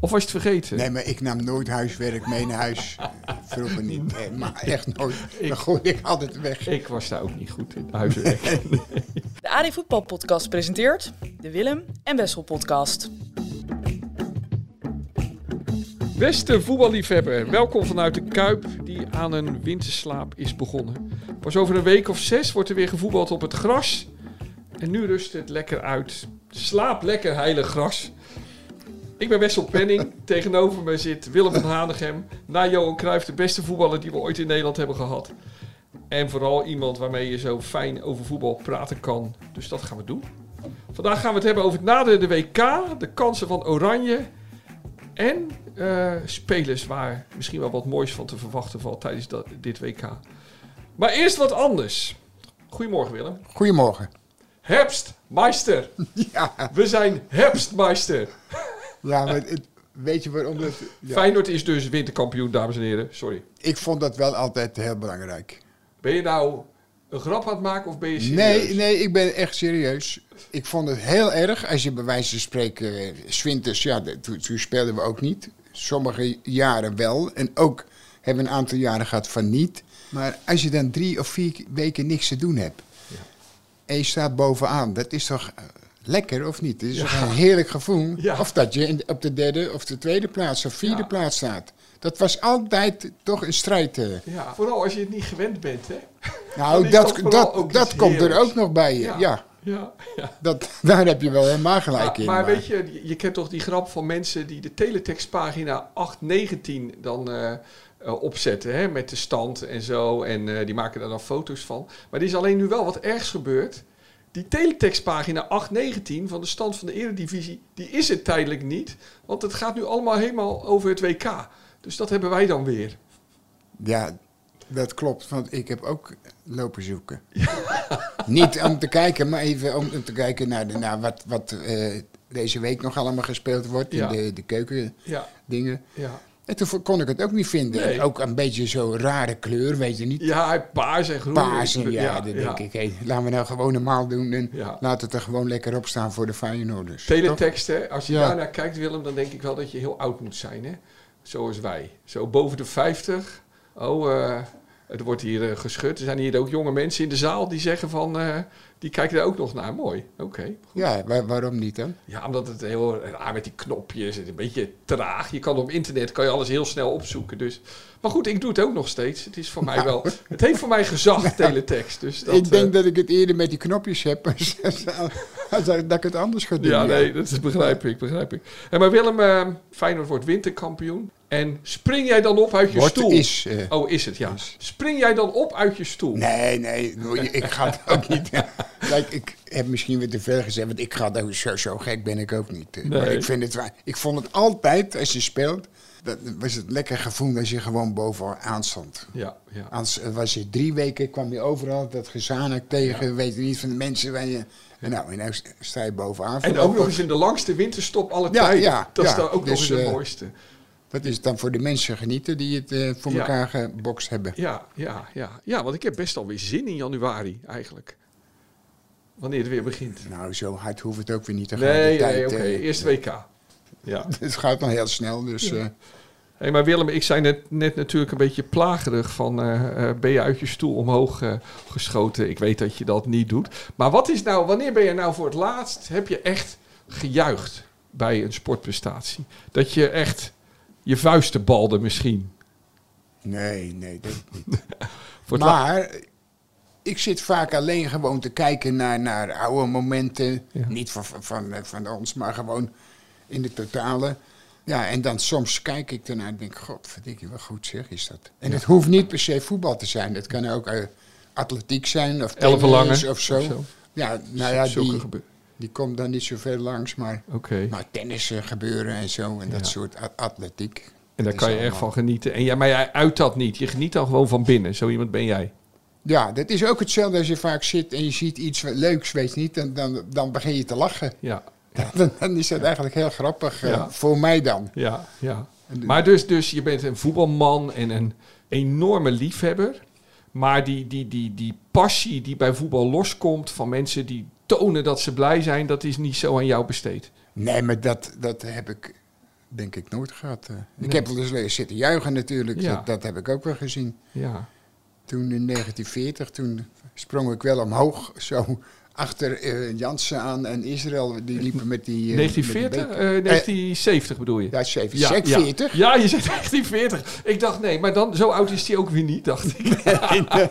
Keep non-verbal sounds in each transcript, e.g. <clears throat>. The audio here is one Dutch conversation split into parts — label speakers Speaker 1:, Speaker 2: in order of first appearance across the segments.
Speaker 1: Of was je het vergeten?
Speaker 2: Nee, maar ik nam nooit huiswerk mee naar huis. Vroeger niet. Nee, maar echt nooit. Dan gooide ik altijd weg.
Speaker 1: Ik was daar ook niet goed in. Huiswerk.
Speaker 3: De AD Voetbal Podcast presenteert de Willem en Wessel Podcast.
Speaker 1: Beste voetballiefhebber, welkom vanuit de Kuip die aan een winterslaap is begonnen. Pas over een week of zes wordt er weer gevoetbald op het gras. En nu rust het lekker uit. Slaap lekker, heilig gras. Ik ben Wessel Penning. Tegenover me zit Willem van Hanegem. Na Johan Cruijff de beste voetballer die we ooit in Nederland hebben gehad. En vooral iemand waarmee je zo fijn over voetbal praten kan. Dus dat gaan we doen. Vandaag gaan we het hebben over het naderende WK, de kansen van Oranje en eh, spelers waar misschien wel wat moois van te verwachten valt tijdens dat, dit WK. Maar eerst wat anders. Goedemorgen Willem.
Speaker 2: Goedemorgen.
Speaker 1: Herbstmeister.
Speaker 2: Ja,
Speaker 1: We zijn Herbstmeister.
Speaker 2: ja maar het- weet je waarom? Dat, ja.
Speaker 1: Feyenoord is dus winterkampioen, dames en heren. Sorry.
Speaker 2: Ik vond dat wel altijd heel belangrijk.
Speaker 1: Ben je nou een grap aan het maken of ben je serieus?
Speaker 2: Nee, nee, ik ben echt serieus. Ik vond het heel erg als je bij wijze van spreken, eh, Swinters, ja, dat- toen, toen speelden we ook niet. Sommige jaren wel. En ook hebben we een aantal jaren gehad van niet. Maar als je dan drie of vier weken niks te doen hebt. En je staat bovenaan, dat is toch eh, lekker of niet? Het is toch een heerlijk gevoel.
Speaker 1: Ja.
Speaker 2: Of dat je in- op de derde of de tweede plaats of vierde
Speaker 1: Ja.
Speaker 2: plaats staat. Dat was altijd toch een strijd. eh.
Speaker 1: Ja, vooral als je het niet gewend bent, hè? Dan
Speaker 2: Nou,
Speaker 1: is
Speaker 2: dat,
Speaker 1: vooral
Speaker 2: dat,
Speaker 1: ook
Speaker 2: dat,
Speaker 1: iets
Speaker 2: komt er
Speaker 1: heerlijks.
Speaker 2: ook nog bij. eh,
Speaker 1: Ja.
Speaker 2: ja.
Speaker 1: Ja, ja.
Speaker 2: Dat, <laughs> daar heb je wel helemaal gelijk
Speaker 1: Maar,
Speaker 2: in.
Speaker 1: maar weet je, je- je kent toch die grap van mensen die de teletextpagina 819 dan eh, eh, opzetten, hè? Met de stand en zo. En eh, die maken daar dan foto's van. Maar er is alleen nu wel wat ergs gebeurd. Die teletextpagina 819 van de stand van de Eredivisie, die is het tijdelijk niet. Want het gaat nu allemaal helemaal over het WK. Dus dat hebben wij dan weer.
Speaker 2: Ja, dat klopt, want ik heb ook lopen zoeken. <laughs> Niet om te kijken, maar even om te kijken naar, de, naar wat, wat eh, deze week nog allemaal gespeeld wordt.
Speaker 1: Ja.
Speaker 2: In de, de keukendingen.
Speaker 1: Ja, ja.
Speaker 2: En toen kon ik het ook niet vinden.
Speaker 1: Nee.
Speaker 2: Ook een beetje zo'n rare kleur, weet je niet.
Speaker 1: Ja, paars en groen.
Speaker 2: Paars, en ja,
Speaker 1: Ja,
Speaker 2: dan
Speaker 1: ja.
Speaker 2: denk ik, hé, laten we nou gewoon normaal doen en
Speaker 1: Ja.
Speaker 2: laat het er gewoon lekker op staan voor de Feyenoorders. toch?
Speaker 1: Teletext, hè? Als je
Speaker 2: Ja.
Speaker 1: daarnaar kijkt, Willem, dan denk ik wel dat je heel oud moet zijn, hè? Zoals wij. Zo boven de 50. Oh, eh, het wordt hier eh, geschud. Er zijn hier ook jonge mensen in de zaal die zeggen van... eh, die kijken daar ook nog naar. Mooi. Oké.
Speaker 2: Ja, waar- waarom niet dan?
Speaker 1: Ja, omdat het heel raar met die knopjes. Het is een beetje traag. Je kan op internet kan je alles heel snel opzoeken. Dus. Maar goed, ik doe het ook nog steeds. Het is voor mij wel... Het heeft voor mij gezag, teletext. Dus dat,
Speaker 2: Nou. ik denk
Speaker 1: eh,
Speaker 2: dat ik het eerder met die knopjes heb <laughs> als, als- als dat ik het anders ga doen.
Speaker 1: Ja,
Speaker 2: ja.
Speaker 1: nee, dat begrijp ik, begrijp ik. Hé, maar Willem, eh, Feyenoord wordt winterkampioen. En spring jij dan op uit je
Speaker 2: Wordt
Speaker 1: stoel?
Speaker 2: is, eh.
Speaker 1: oh, is het, ja. Spring jij dan op uit je stoel?
Speaker 2: Nee, nee, ik- ik ga
Speaker 1: <laughs>
Speaker 2: het ook niet. Kijk, ik heb misschien weer te veel gezegd, want ik ga dat zo, zo gek ben ik ook niet. Maar
Speaker 1: Nee.
Speaker 2: ik, vind het, waar- ik vond het altijd, als je speelt, dat was het lekker gevoel dat je gewoon bovenaan stond.
Speaker 1: Ja, ja.
Speaker 2: Als eh, was je drie weken, kwam je overal dat gezanik tegen, weet je niet, van de mensen waar je... En nou, en nou sta je bovenaan.
Speaker 1: En ook nog eens in de langste winterstop alle
Speaker 2: Ja,
Speaker 1: tijden.
Speaker 2: ja,
Speaker 1: dat is
Speaker 2: ja.
Speaker 1: dan ook
Speaker 2: Dus,
Speaker 1: nog eens het
Speaker 2: eh,
Speaker 1: mooiste.
Speaker 2: Dat is dan voor de mensen genieten die het eh, voor
Speaker 1: Ja.
Speaker 2: elkaar gebokst hebben.
Speaker 1: Ja, ja, ja. Ja, want ik heb best alweer zin in januari eigenlijk. Wanneer het weer begint.
Speaker 2: Nou, zo hard hoeft het ook weer niet te gaan. De
Speaker 1: Nee, nee,
Speaker 2: tijd,
Speaker 1: oké.
Speaker 2: eh, <laughs>
Speaker 1: Eerst WK. Ja.
Speaker 2: Het gaat dan heel snel, dus... eh,
Speaker 1: Hé, maar Willem, ik zei net, net natuurlijk een beetje plagerig van eh, eh, ben je uit je stoel omhoog eh, geschoten. Ik weet dat je dat niet doet. Maar wat is nou, wanneer ben je nou voor het laatst, heb je echt gejuicht bij een sportprestatie? Dat je echt je vuisten balde misschien.
Speaker 2: nee, nee, dat niet.
Speaker 1: Voor het laatst.
Speaker 2: maar ik zit vaak alleen gewoon te kijken naar, naar oude momenten.
Speaker 1: Ja.
Speaker 2: Niet van, van, van, eh, van ons, maar gewoon in de totale. Ja, en dan soms kijk ik ernaar en denk, godverdikke, wat goed zeg is dat. En het hoeft niet per se voetbal te zijn. Het kan ook eh, atletiek zijn of
Speaker 1: Elvenlangen
Speaker 2: tennis of zo.
Speaker 1: of zo.
Speaker 2: Ja, nou ja,
Speaker 1: Zulke
Speaker 2: die,
Speaker 1: gebeuren.
Speaker 2: die komt dan niet zoveel langs, maar...
Speaker 1: Oké.
Speaker 2: Maar tennissen gebeuren en zo en dat
Speaker 1: Ja.
Speaker 2: soort a- atletiek.
Speaker 1: En daar
Speaker 2: is
Speaker 1: kan je
Speaker 2: allemaal-
Speaker 1: echt van genieten. En ja, maar jij uit dat niet. Je geniet dan gewoon van binnen. Zo iemand ben jij.
Speaker 2: Ja, dat is ook hetzelfde als je vaak zit en je ziet iets leuks, weet je niet, en dan, dan begin je te lachen.
Speaker 1: Ja,
Speaker 2: <laughs> Dan, dan is dat eigenlijk heel grappig, eh,
Speaker 1: Ja.
Speaker 2: voor mij dan.
Speaker 1: ja, ja. Maar dus, dus je bent een voetbalman en een enorme liefhebber. Maar die, die, die, die passie die bij voetbal loskomt van mensen die tonen dat ze blij zijn, dat is niet zo aan jou besteed.
Speaker 2: Nee, maar dat, dat heb ik denk ik nooit gehad. eh. Ik heb wel eens lezen zitten juichen natuurlijk,
Speaker 1: Ja.
Speaker 2: dat, dat heb ik ook wel gezien.
Speaker 1: Ja,
Speaker 2: Toen in 1940, toen sprong ik wel omhoog, <laughs> zo achter eh, Jansen aan en Israël. Die liepen met die... eh, met
Speaker 1: 1940,
Speaker 2: die
Speaker 1: eh,
Speaker 2: beker.
Speaker 1: 1970 bedoel je?
Speaker 2: Ja, is even.
Speaker 1: Ja,
Speaker 2: Zeg
Speaker 1: ja.
Speaker 2: 40.
Speaker 1: Ja, je zegt <laughs> 1940. Ik dacht nee, maar dan zo oud is hij ook weer niet, dacht ik.
Speaker 2: <laughs>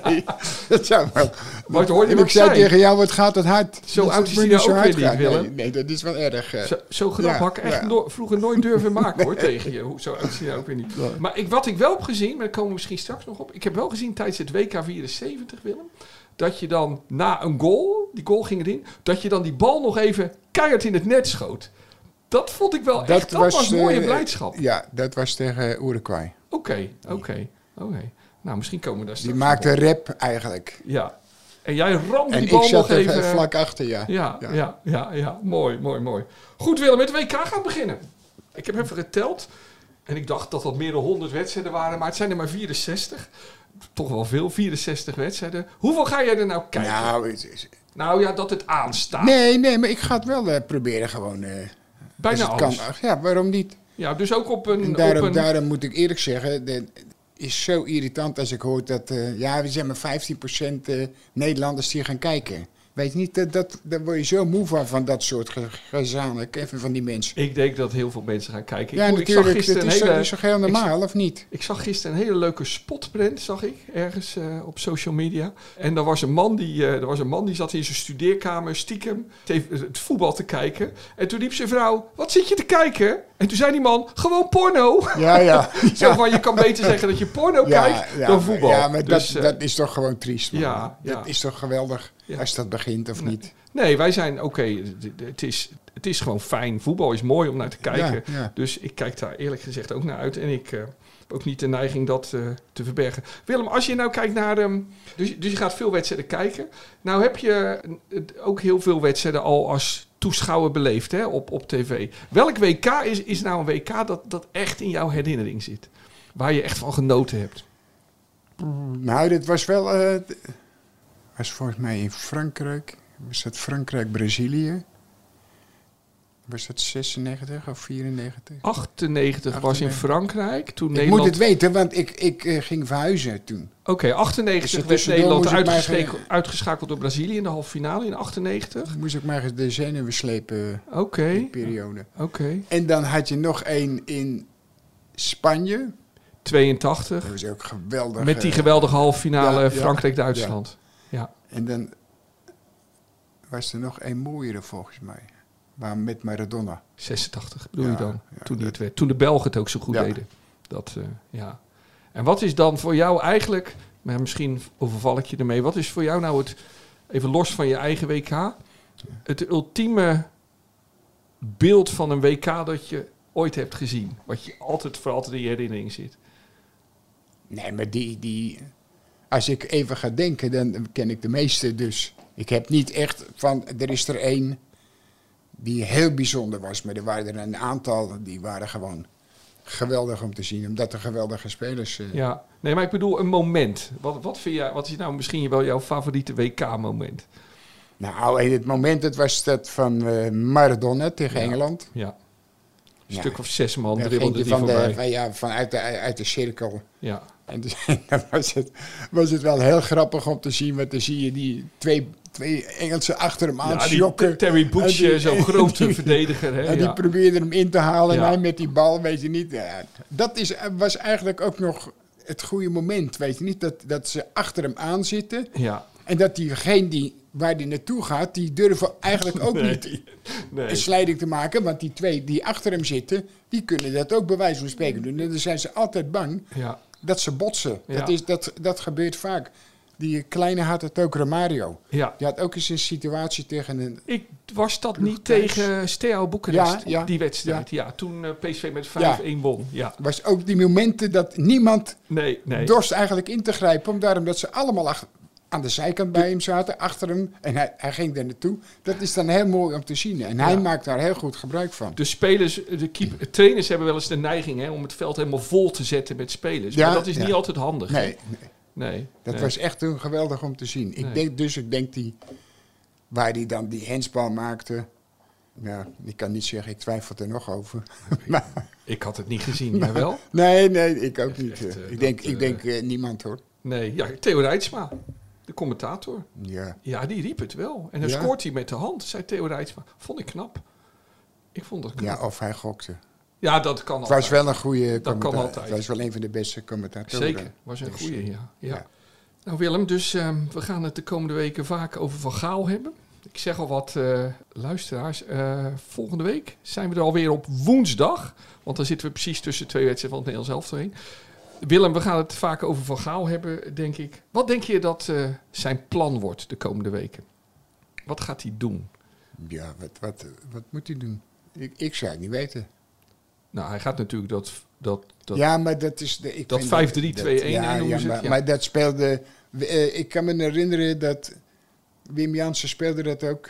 Speaker 2: Nee, dat zou wel.
Speaker 1: Maar het hoorde je
Speaker 2: En
Speaker 1: wat
Speaker 2: ik zei
Speaker 1: zei.
Speaker 2: tegen jou, wat gaat het hard?
Speaker 1: Zo
Speaker 2: Dat
Speaker 1: oud
Speaker 2: het
Speaker 1: is
Speaker 2: moet
Speaker 1: hij
Speaker 2: zo
Speaker 1: nou ook
Speaker 2: hard
Speaker 1: weer niet,
Speaker 2: gaan.
Speaker 1: Willem.
Speaker 2: Nee, nee, dat is wel erg. eh.
Speaker 1: Zo, zo grap
Speaker 2: Ja,
Speaker 1: had ik echt
Speaker 2: ja.
Speaker 1: no- vroeger nooit durven maken
Speaker 2: <laughs>
Speaker 1: hoor tegen je. Hoe- Zo oud is hij nou ook weer niet. Maar ik, wat ik wel heb gezien, maar daar komen we misschien straks nog op. Ik heb wel gezien tijdens het WK 74 Willem. Dat je dan na een goal, die goal ging erin. Dat je dan die bal nog even keihard in het net schoot. Dat vond ik wel echt, dat was, mooie
Speaker 2: eh,
Speaker 1: blijdschap. Oké,
Speaker 2: Ja, dat was tegen Uruguay.
Speaker 1: oké, oké. Nou, misschien komen we daar
Speaker 2: Die
Speaker 1: straks nog
Speaker 2: maakte rap eigenlijk.
Speaker 1: op. Ja. En jij ramde
Speaker 2: En
Speaker 1: die
Speaker 2: ik
Speaker 1: bal nog
Speaker 2: zat er eh,
Speaker 1: even... eh,
Speaker 2: vlak achter, ja.
Speaker 1: Ja, ja,
Speaker 2: Ja.
Speaker 1: ja, ja, Mooi, mooi, mooi. Goed, Willem, het WK gaat beginnen. Ik heb even geteld. En ik dacht dat dat meer dan 100 wedstrijden waren. Maar het zijn er maar 64. Toch wel veel, 64 wedstrijden. Hoeveel ga jij er nou kijken? Nou,
Speaker 2: Nou, het is-
Speaker 1: ja, dat het aanstaat.
Speaker 2: nee, nee, maar ik ga het wel eh, proberen gewoon. eh, als
Speaker 1: Bijna
Speaker 2: het
Speaker 1: alles.
Speaker 2: Kan. Ach, Ja, waarom niet?
Speaker 1: Ja, dus ook op een...
Speaker 2: En
Speaker 1: op
Speaker 2: daarom,
Speaker 1: een
Speaker 2: daarom moet ik eerlijk zeggen, dat is zo irritant als ik hoor dat, eh, ja, we zijn maar 15% eh, Nederlanders die gaan kijken. Weet je niet, dat, dat, daar word je zo moe van, van dat soort ge- gezanik, even van die mensen.
Speaker 1: Ik denk dat heel veel mensen gaan kijken.
Speaker 2: ja,
Speaker 1: ik, ik zag
Speaker 2: natuurlijk, dat
Speaker 1: gisteren
Speaker 2: is,
Speaker 1: een
Speaker 2: zo-
Speaker 1: hele...
Speaker 2: dat is toch heel
Speaker 1: ik-
Speaker 2: normaal, of niet?
Speaker 1: Ik zag gisteren een hele leuke spotprint, zag ik, ergens eh, op social media. En daar was, een man die, eh, er was een man die zat in zijn studeerkamer stiekem te- het voetbal te kijken. En toen riep zijn vrouw, wat zit je te kijken? En toen zei die man, gewoon porno. <laughs>
Speaker 2: Ja, <laughs> ja.
Speaker 1: Zo van, je kan beter zeggen dat je porno kijkt dan voetbal.
Speaker 2: Ja, maar
Speaker 1: Dus,
Speaker 2: dat,
Speaker 1: eh,
Speaker 2: dat is toch gewoon triest. man.
Speaker 1: ja, ja.
Speaker 2: Dat is toch geweldig
Speaker 1: Ja.
Speaker 2: als dat begint, of niet?
Speaker 1: Nee, wij zijn, oké, d- d- het, is, het is gewoon fijn. Voetbal is mooi om naar te kijken.
Speaker 2: Ja, ja.
Speaker 1: Dus ik kijk daar eerlijk gezegd ook naar uit. En ik eh, heb ook niet de neiging dat eh, te verbergen. Willem, als je nou kijkt naar... ehm, dus, dus je gaat veel wedstrijden kijken. Nou heb je eh, het- ook heel veel wedstrijden al als toeschouwer beleefd hè, op, op tv. Welk WK is, is nou een WK dat, dat echt in jouw herinnering zit? Waar je echt van genoten hebt?
Speaker 2: Nou, dit was wel. eh, d- was volgens mij in Frankrijk. Was dat Frankrijk-Brazilië? Was dat 96 of 94?
Speaker 1: 98, was in
Speaker 2: 98.
Speaker 1: Frankrijk. Toen
Speaker 2: Ik moet
Speaker 1: Nederland...
Speaker 2: het weten, want ik, ik eh, ging verhuizen toen.
Speaker 1: Oké, 98
Speaker 2: Dus
Speaker 1: werd
Speaker 2: tussendoor
Speaker 1: Nederland
Speaker 2: moest ik maar
Speaker 1: uitgeschakeld, uitgeschakeld door Brazilië in de halve finale in 98.
Speaker 2: Moest ik maar eens de zenuwen slepen, eh,
Speaker 1: Oké,
Speaker 2: die periode.
Speaker 1: oké.
Speaker 2: En dan had je nog één in Spanje.
Speaker 1: 82
Speaker 2: Dat was ook geweldig.
Speaker 1: met die
Speaker 2: eh,
Speaker 1: geweldige halve finale
Speaker 2: Ja, ja.
Speaker 1: Frankrijk-Duitsland. Ja.
Speaker 2: En dan was er nog één mooiere volgens mij. Maar met Maradona.
Speaker 1: 86 bedoel je
Speaker 2: Ja,
Speaker 1: dan,
Speaker 2: ja,
Speaker 1: toen, die
Speaker 2: dat-
Speaker 1: het werd, toen de Belgen het ook zo goed
Speaker 2: Ja.
Speaker 1: deden. Dat, eh, ja. En wat is dan voor jou eigenlijk, maar misschien overval ik je ermee, wat is voor jou nou het, even los van je eigen WK, het ultieme beeld van een WK dat je ooit hebt gezien? Wat je altijd voor altijd in je herinnering zit?
Speaker 2: Nee, maar die, die. Als ik even ga denken, dan ken ik de meeste dus. Ik heb niet echt van. Er is er één die heel bijzonder was, maar er waren er een aantal die waren gewoon geweldig om te zien, omdat er geweldige spelers. eh,
Speaker 1: Ja, nee, maar ik bedoel een moment. Wat, wat vind jij, wat is nou misschien wel jouw favoriete WK-moment?
Speaker 2: Nou, in het moment, het was dat van eh, Maradona tegen
Speaker 1: Ja.
Speaker 2: Engeland.
Speaker 1: Ja. Een
Speaker 2: Ja.
Speaker 1: stuk of zes man
Speaker 2: Daar ging
Speaker 1: dribbelde
Speaker 2: je
Speaker 1: die
Speaker 2: van
Speaker 1: voorbij.
Speaker 2: de, van, ja, vanuit de, uit de cirkel.
Speaker 1: Ja,
Speaker 2: En dus, <laughs> dan was het, was het wel heel grappig om te zien, want dan zie je die twee, twee Engelsen achter hem aan
Speaker 1: ja die
Speaker 2: jokken.
Speaker 1: Ter- Terry Butch,
Speaker 2: En die-
Speaker 1: eh, zo'n
Speaker 2: <laughs>
Speaker 1: grote verdediger. Hè?
Speaker 2: En die
Speaker 1: Ja.
Speaker 2: probeerde hem in te halen
Speaker 1: Ja.
Speaker 2: en hij met die bal, weet je niet. Ja, dat is, eh, was eigenlijk ook nog het goede moment, weet je niet. Dat, dat ze achter hem aan zitten
Speaker 1: ja.
Speaker 2: en dat diegene die, waar die naartoe gaat, die durven eigenlijk ook
Speaker 1: Nee.
Speaker 2: niet
Speaker 1: Nee.
Speaker 2: een slijding te maken. Want die twee die achter hem zitten, die kunnen dat ook bij wijze van spreken doen. En dan zijn ze altijd bang
Speaker 1: ja.
Speaker 2: dat ze botsen.
Speaker 1: Ja.
Speaker 2: Dat, is, dat, dat gebeurt vaak. Die kleine had het ook, Romario.
Speaker 1: Ja.
Speaker 2: Die had ook eens een situatie tegen een...
Speaker 1: Ik was dat niet
Speaker 2: Thuis.
Speaker 1: tegen Steaua Boekarest,
Speaker 2: Ja, ja.
Speaker 1: die wedstrijd. Ja, toen eh, PSV met 5-1 won. Ja.
Speaker 2: was ook die momenten dat niemand
Speaker 1: Nee, nee.
Speaker 2: dorst eigenlijk in te grijpen. Om daarom dat ze allemaal ach- aan de zijkant bij hem zaten, achter hem. En hij, hij ging daar naartoe. Dat is dan heel mooi om te zien. En hij
Speaker 1: Ja.
Speaker 2: maakt daar heel goed gebruik van.
Speaker 1: De spelers, eh, de keep, trainers hebben wel eens de neiging hè, om het veld helemaal vol te zetten met spelers.
Speaker 2: Ja,
Speaker 1: maar dat is
Speaker 2: ja.
Speaker 1: niet altijd handig. hè?
Speaker 2: Nee,
Speaker 1: nee
Speaker 2: dat
Speaker 1: nee.
Speaker 2: was echt toen geweldig om te zien. Ik
Speaker 1: Nee.
Speaker 2: denk dus, ik denk die... Waar hij dan die hensbal maakte... Ja, ik kan niet zeggen, ik twijfel er nog over. <laughs> maar...
Speaker 1: Ik had het niet
Speaker 2: <laughs>
Speaker 1: gezien, jij wel?
Speaker 2: Nee, nee, ik ook niet.
Speaker 1: echt,
Speaker 2: eh.
Speaker 1: eh,
Speaker 2: ik denk,
Speaker 1: dat, eh,
Speaker 2: ik denk eh, niemand hoor.
Speaker 1: Nee, ja, Theo Rijtsma, de commentator.
Speaker 2: Ja.
Speaker 1: Ja, die riep het wel. En dan
Speaker 2: Ja.
Speaker 1: scoort hij met de hand, zei Theo Rijtsma. Vond ik knap. Ik vond dat knap.
Speaker 2: ja, of hij gokte.
Speaker 1: Ja, dat kan
Speaker 2: Het
Speaker 1: altijd.
Speaker 2: was wel een goede
Speaker 1: kan
Speaker 2: commentator.
Speaker 1: altijd.
Speaker 2: Het was wel een van de beste commentatoren.
Speaker 1: Zeker, was een goede, ja. ja.
Speaker 2: Ja.
Speaker 1: Nou Willem, dus ehm, we gaan het de komende weken vaak over Van Gaal hebben. Ik zeg al wat, eh, luisteraars, eh, volgende week zijn we er alweer op woensdag. Want dan zitten we precies tussen twee wedstrijden van het Nederlands elftal heen. Willem, we gaan het vaak over Van Gaal hebben, denk ik. Wat denk je dat eh, zijn plan wordt de komende weken? Wat gaat hij doen?
Speaker 2: Ja, wat, wat, wat moet hij doen? Ik, ik zou het niet weten.
Speaker 1: Nou, hij gaat natuurlijk dat... dat, dat
Speaker 2: ja, maar dat is... De, ik
Speaker 1: dat
Speaker 2: vind
Speaker 1: 5-3-2-1
Speaker 2: dat-
Speaker 1: en
Speaker 2: ja,
Speaker 1: hoe
Speaker 2: ja,
Speaker 1: is het?
Speaker 2: maar,
Speaker 1: Ja.
Speaker 2: maar dat speelde... eh, ik kan me herinneren dat Wim Jansen speelde dat ook.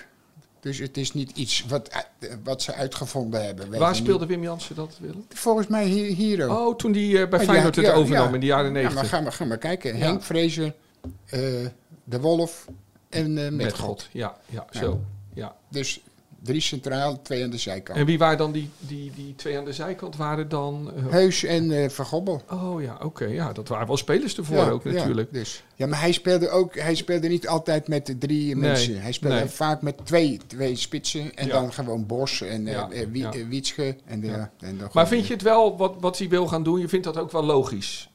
Speaker 2: Dus het is niet iets wat, eh, wat ze uitgevonden hebben. weet
Speaker 1: waar
Speaker 2: je
Speaker 1: speelde Wim Jansen dat, Willem?
Speaker 2: niet. Volgens mij hier, hier ook.
Speaker 1: Oh, toen hij eh, bij
Speaker 2: Oh. Ja,
Speaker 1: Feyenoord het
Speaker 2: ja,
Speaker 1: overnam
Speaker 2: ja.
Speaker 1: in de jaren
Speaker 2: Ja, maar
Speaker 1: 90.
Speaker 2: ga maar, ga maar kijken.
Speaker 1: Ja.
Speaker 2: Henk Vrezen, eh, De Wolf en eh met,
Speaker 1: Met
Speaker 2: God.
Speaker 1: God, ja, ja, zo. Ja.
Speaker 2: Dus drie centraal, twee aan de zijkant.
Speaker 1: En wie waren dan die, die, die twee aan de zijkant? Waren dan... eh,
Speaker 2: Heus en eh Van Gobbel.
Speaker 1: oh ja, oké. ja, dat waren wel spelers ervoor ook natuurlijk.
Speaker 2: Ja, dus. ja, maar hij speelde, ook, hij speelde niet altijd met de drie mensen. Hij speelde
Speaker 1: nee.
Speaker 2: vaak met twee, twee spitsen. En
Speaker 1: Ja.
Speaker 2: dan gewoon Bos en eh,
Speaker 1: Ja,
Speaker 2: eh, Wie-
Speaker 1: ja.
Speaker 2: eh, Wietske. En, eh,
Speaker 1: Ja.
Speaker 2: en dan
Speaker 1: Maar
Speaker 2: gewoon-
Speaker 1: vind je het wel, wat, wat hij wil gaan doen, je vindt dat ook wel logisch?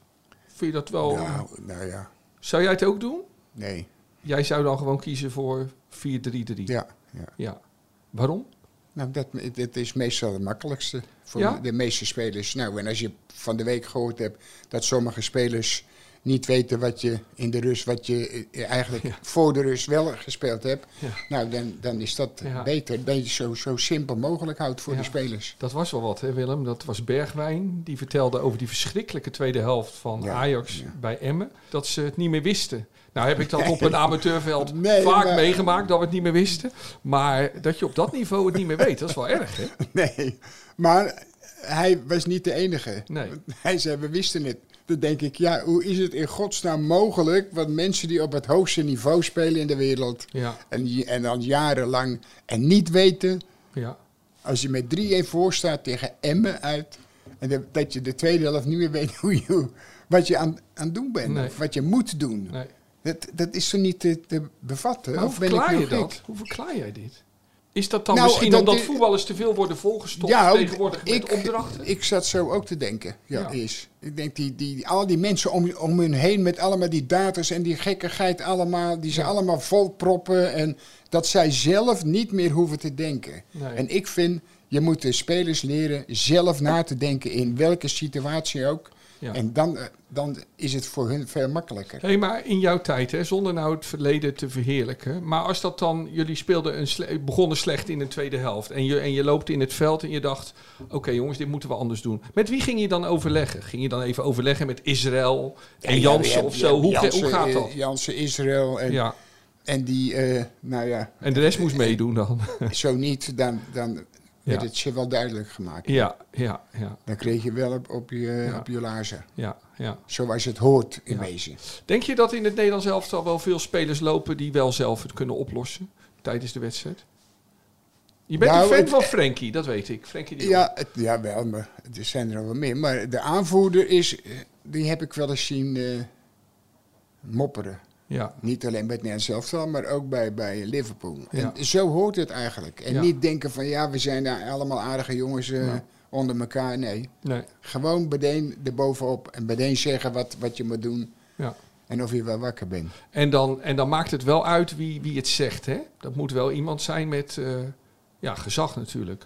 Speaker 1: Vind je dat wel...
Speaker 2: Nou, nou ja,
Speaker 1: Zou jij het ook doen?
Speaker 2: nee.
Speaker 1: Jij zou dan gewoon kiezen voor 4-3-3. Ja.
Speaker 2: Ja, ja.
Speaker 1: Waarom?
Speaker 2: Nou, dat, dat is meestal het makkelijkste voor
Speaker 1: Ja?
Speaker 2: de meeste spelers. Nou, en als je van de week gehoord hebt dat sommige spelers niet weten wat je in de rust, wat je eh, eigenlijk
Speaker 1: <laughs> Ja.
Speaker 2: voor de rust wel gespeeld hebt.
Speaker 1: Ja.
Speaker 2: Nou, dan, dan is dat
Speaker 1: Ja.
Speaker 2: beter. Dat je zo, zo simpel mogelijk houdt voor
Speaker 1: Ja.
Speaker 2: de
Speaker 1: <laughs>
Speaker 2: spelers.
Speaker 1: Dat was wel wat, hè Willem? Dat was Bergwijn. Die vertelde over die verschrikkelijke tweede helft van
Speaker 2: Ja,
Speaker 1: Ajax
Speaker 2: ja.
Speaker 1: bij Emmen. Dat ze het niet meer wisten. Nou heb ik dat op een amateurveld
Speaker 2: <laughs> Nee,
Speaker 1: vaak
Speaker 2: maar-
Speaker 1: meegemaakt, dat we het niet meer wisten. Maar dat je op dat niveau het niet meer weet, dat is wel erg, hè?
Speaker 2: Nee, maar hij was niet de enige.
Speaker 1: Nee.
Speaker 2: Want <laughs> Hij zei, we wisten het. Dan denk ik, ja, hoe is het in godsnaam mogelijk... wat mensen die op het hoogste niveau spelen in de wereld...
Speaker 1: Ja,
Speaker 2: En, je- en dan jarenlang en niet weten.
Speaker 1: ja.
Speaker 2: Als je met 3-1 voor staat tegen Emmen uit. En de- dat je de tweede helft niet meer weet <laughs> hoe je, wat je aan aan het doen bent.
Speaker 1: Nee.
Speaker 2: Of wat je moet doen.
Speaker 1: Nee.
Speaker 2: Dat, dat is zo niet te, te bevatten.
Speaker 1: Maar hoe
Speaker 2: Of ben ik
Speaker 1: verklaar
Speaker 2: nou
Speaker 1: je
Speaker 2: gek?
Speaker 1: dat? Hoe verklaar jij dit? Is dat dan
Speaker 2: Nou,
Speaker 1: misschien
Speaker 2: dat
Speaker 1: omdat
Speaker 2: die-
Speaker 1: voetballers te veel worden volgestopt
Speaker 2: ook-
Speaker 1: tegenwoordig met opdrachten?
Speaker 2: Ik zat zo ook te denken. Ja,
Speaker 1: Ja.
Speaker 2: Is. Ik denk, die, die, al die mensen om, om hun heen met allemaal die data's en die gekkigheid allemaal, die ze allemaal volproppen. En dat zij zelf niet meer hoeven te denken.
Speaker 1: Nee.
Speaker 2: En ik vind, je moet de spelers leren zelf na te denken in welke situatie ook.
Speaker 1: Ja.
Speaker 2: En dan, eh, dan is het voor hun veel makkelijker.
Speaker 1: Hé, maar in jouw tijd, hè, zonder nou het verleden te verheerlijken. Maar als dat dan, jullie speelden een sle- begonnen slecht in de tweede helft. En je, en je loopt in het veld en je dacht, oké jongens, dit moeten we anders doen. Met wie ging je dan overleggen? Ging je dan even overleggen met Israël en Jansen of zo? hoe, ge- hoe gaat dat?
Speaker 2: Jansen, Israël en,
Speaker 1: Ja,
Speaker 2: en die, eh, nou ja,
Speaker 1: en de rest moest meedoen dan. <laughs>
Speaker 2: Zo niet, dan, dan werd het je wel duidelijk gemaakt.
Speaker 1: ja, ja, ja,
Speaker 2: Dan kreeg je wel op, op, je,
Speaker 1: Ja.
Speaker 2: op je laarzen.
Speaker 1: ja, ja.
Speaker 2: Zoals het hoort in
Speaker 1: Ja.
Speaker 2: wezen.
Speaker 1: Denk je dat in het Nederlands elftal wel veel spelers lopen die wel zelf het kunnen oplossen tijdens de wedstrijd? Je bent
Speaker 2: Nou,
Speaker 1: een fan
Speaker 2: het-
Speaker 1: van Frenkie, dat weet ik. Frenkie de Jong.
Speaker 2: Ja, het, jawel, maar er zijn er al wel meer. Maar de aanvoerder is, eh, die heb ik wel eens zien eh, mopperen.
Speaker 1: ja.
Speaker 2: Niet alleen bij het Nederlands elftal, maar ook bij, bij Liverpool.
Speaker 1: Ja.
Speaker 2: En zo hoort het eigenlijk. En
Speaker 1: Ja.
Speaker 2: niet denken van ja, we zijn daar allemaal aardige jongens eh,
Speaker 1: Ja.
Speaker 2: onder elkaar. Nee,
Speaker 1: Nee,
Speaker 2: gewoon meteen erbovenop. En meteen zeggen wat, wat je moet doen
Speaker 1: ja.
Speaker 2: en of je wel wakker bent.
Speaker 1: En dan, en dan maakt het wel uit wie, wie het zegt, hè? Dat moet wel iemand zijn met eh, ja, gezag natuurlijk.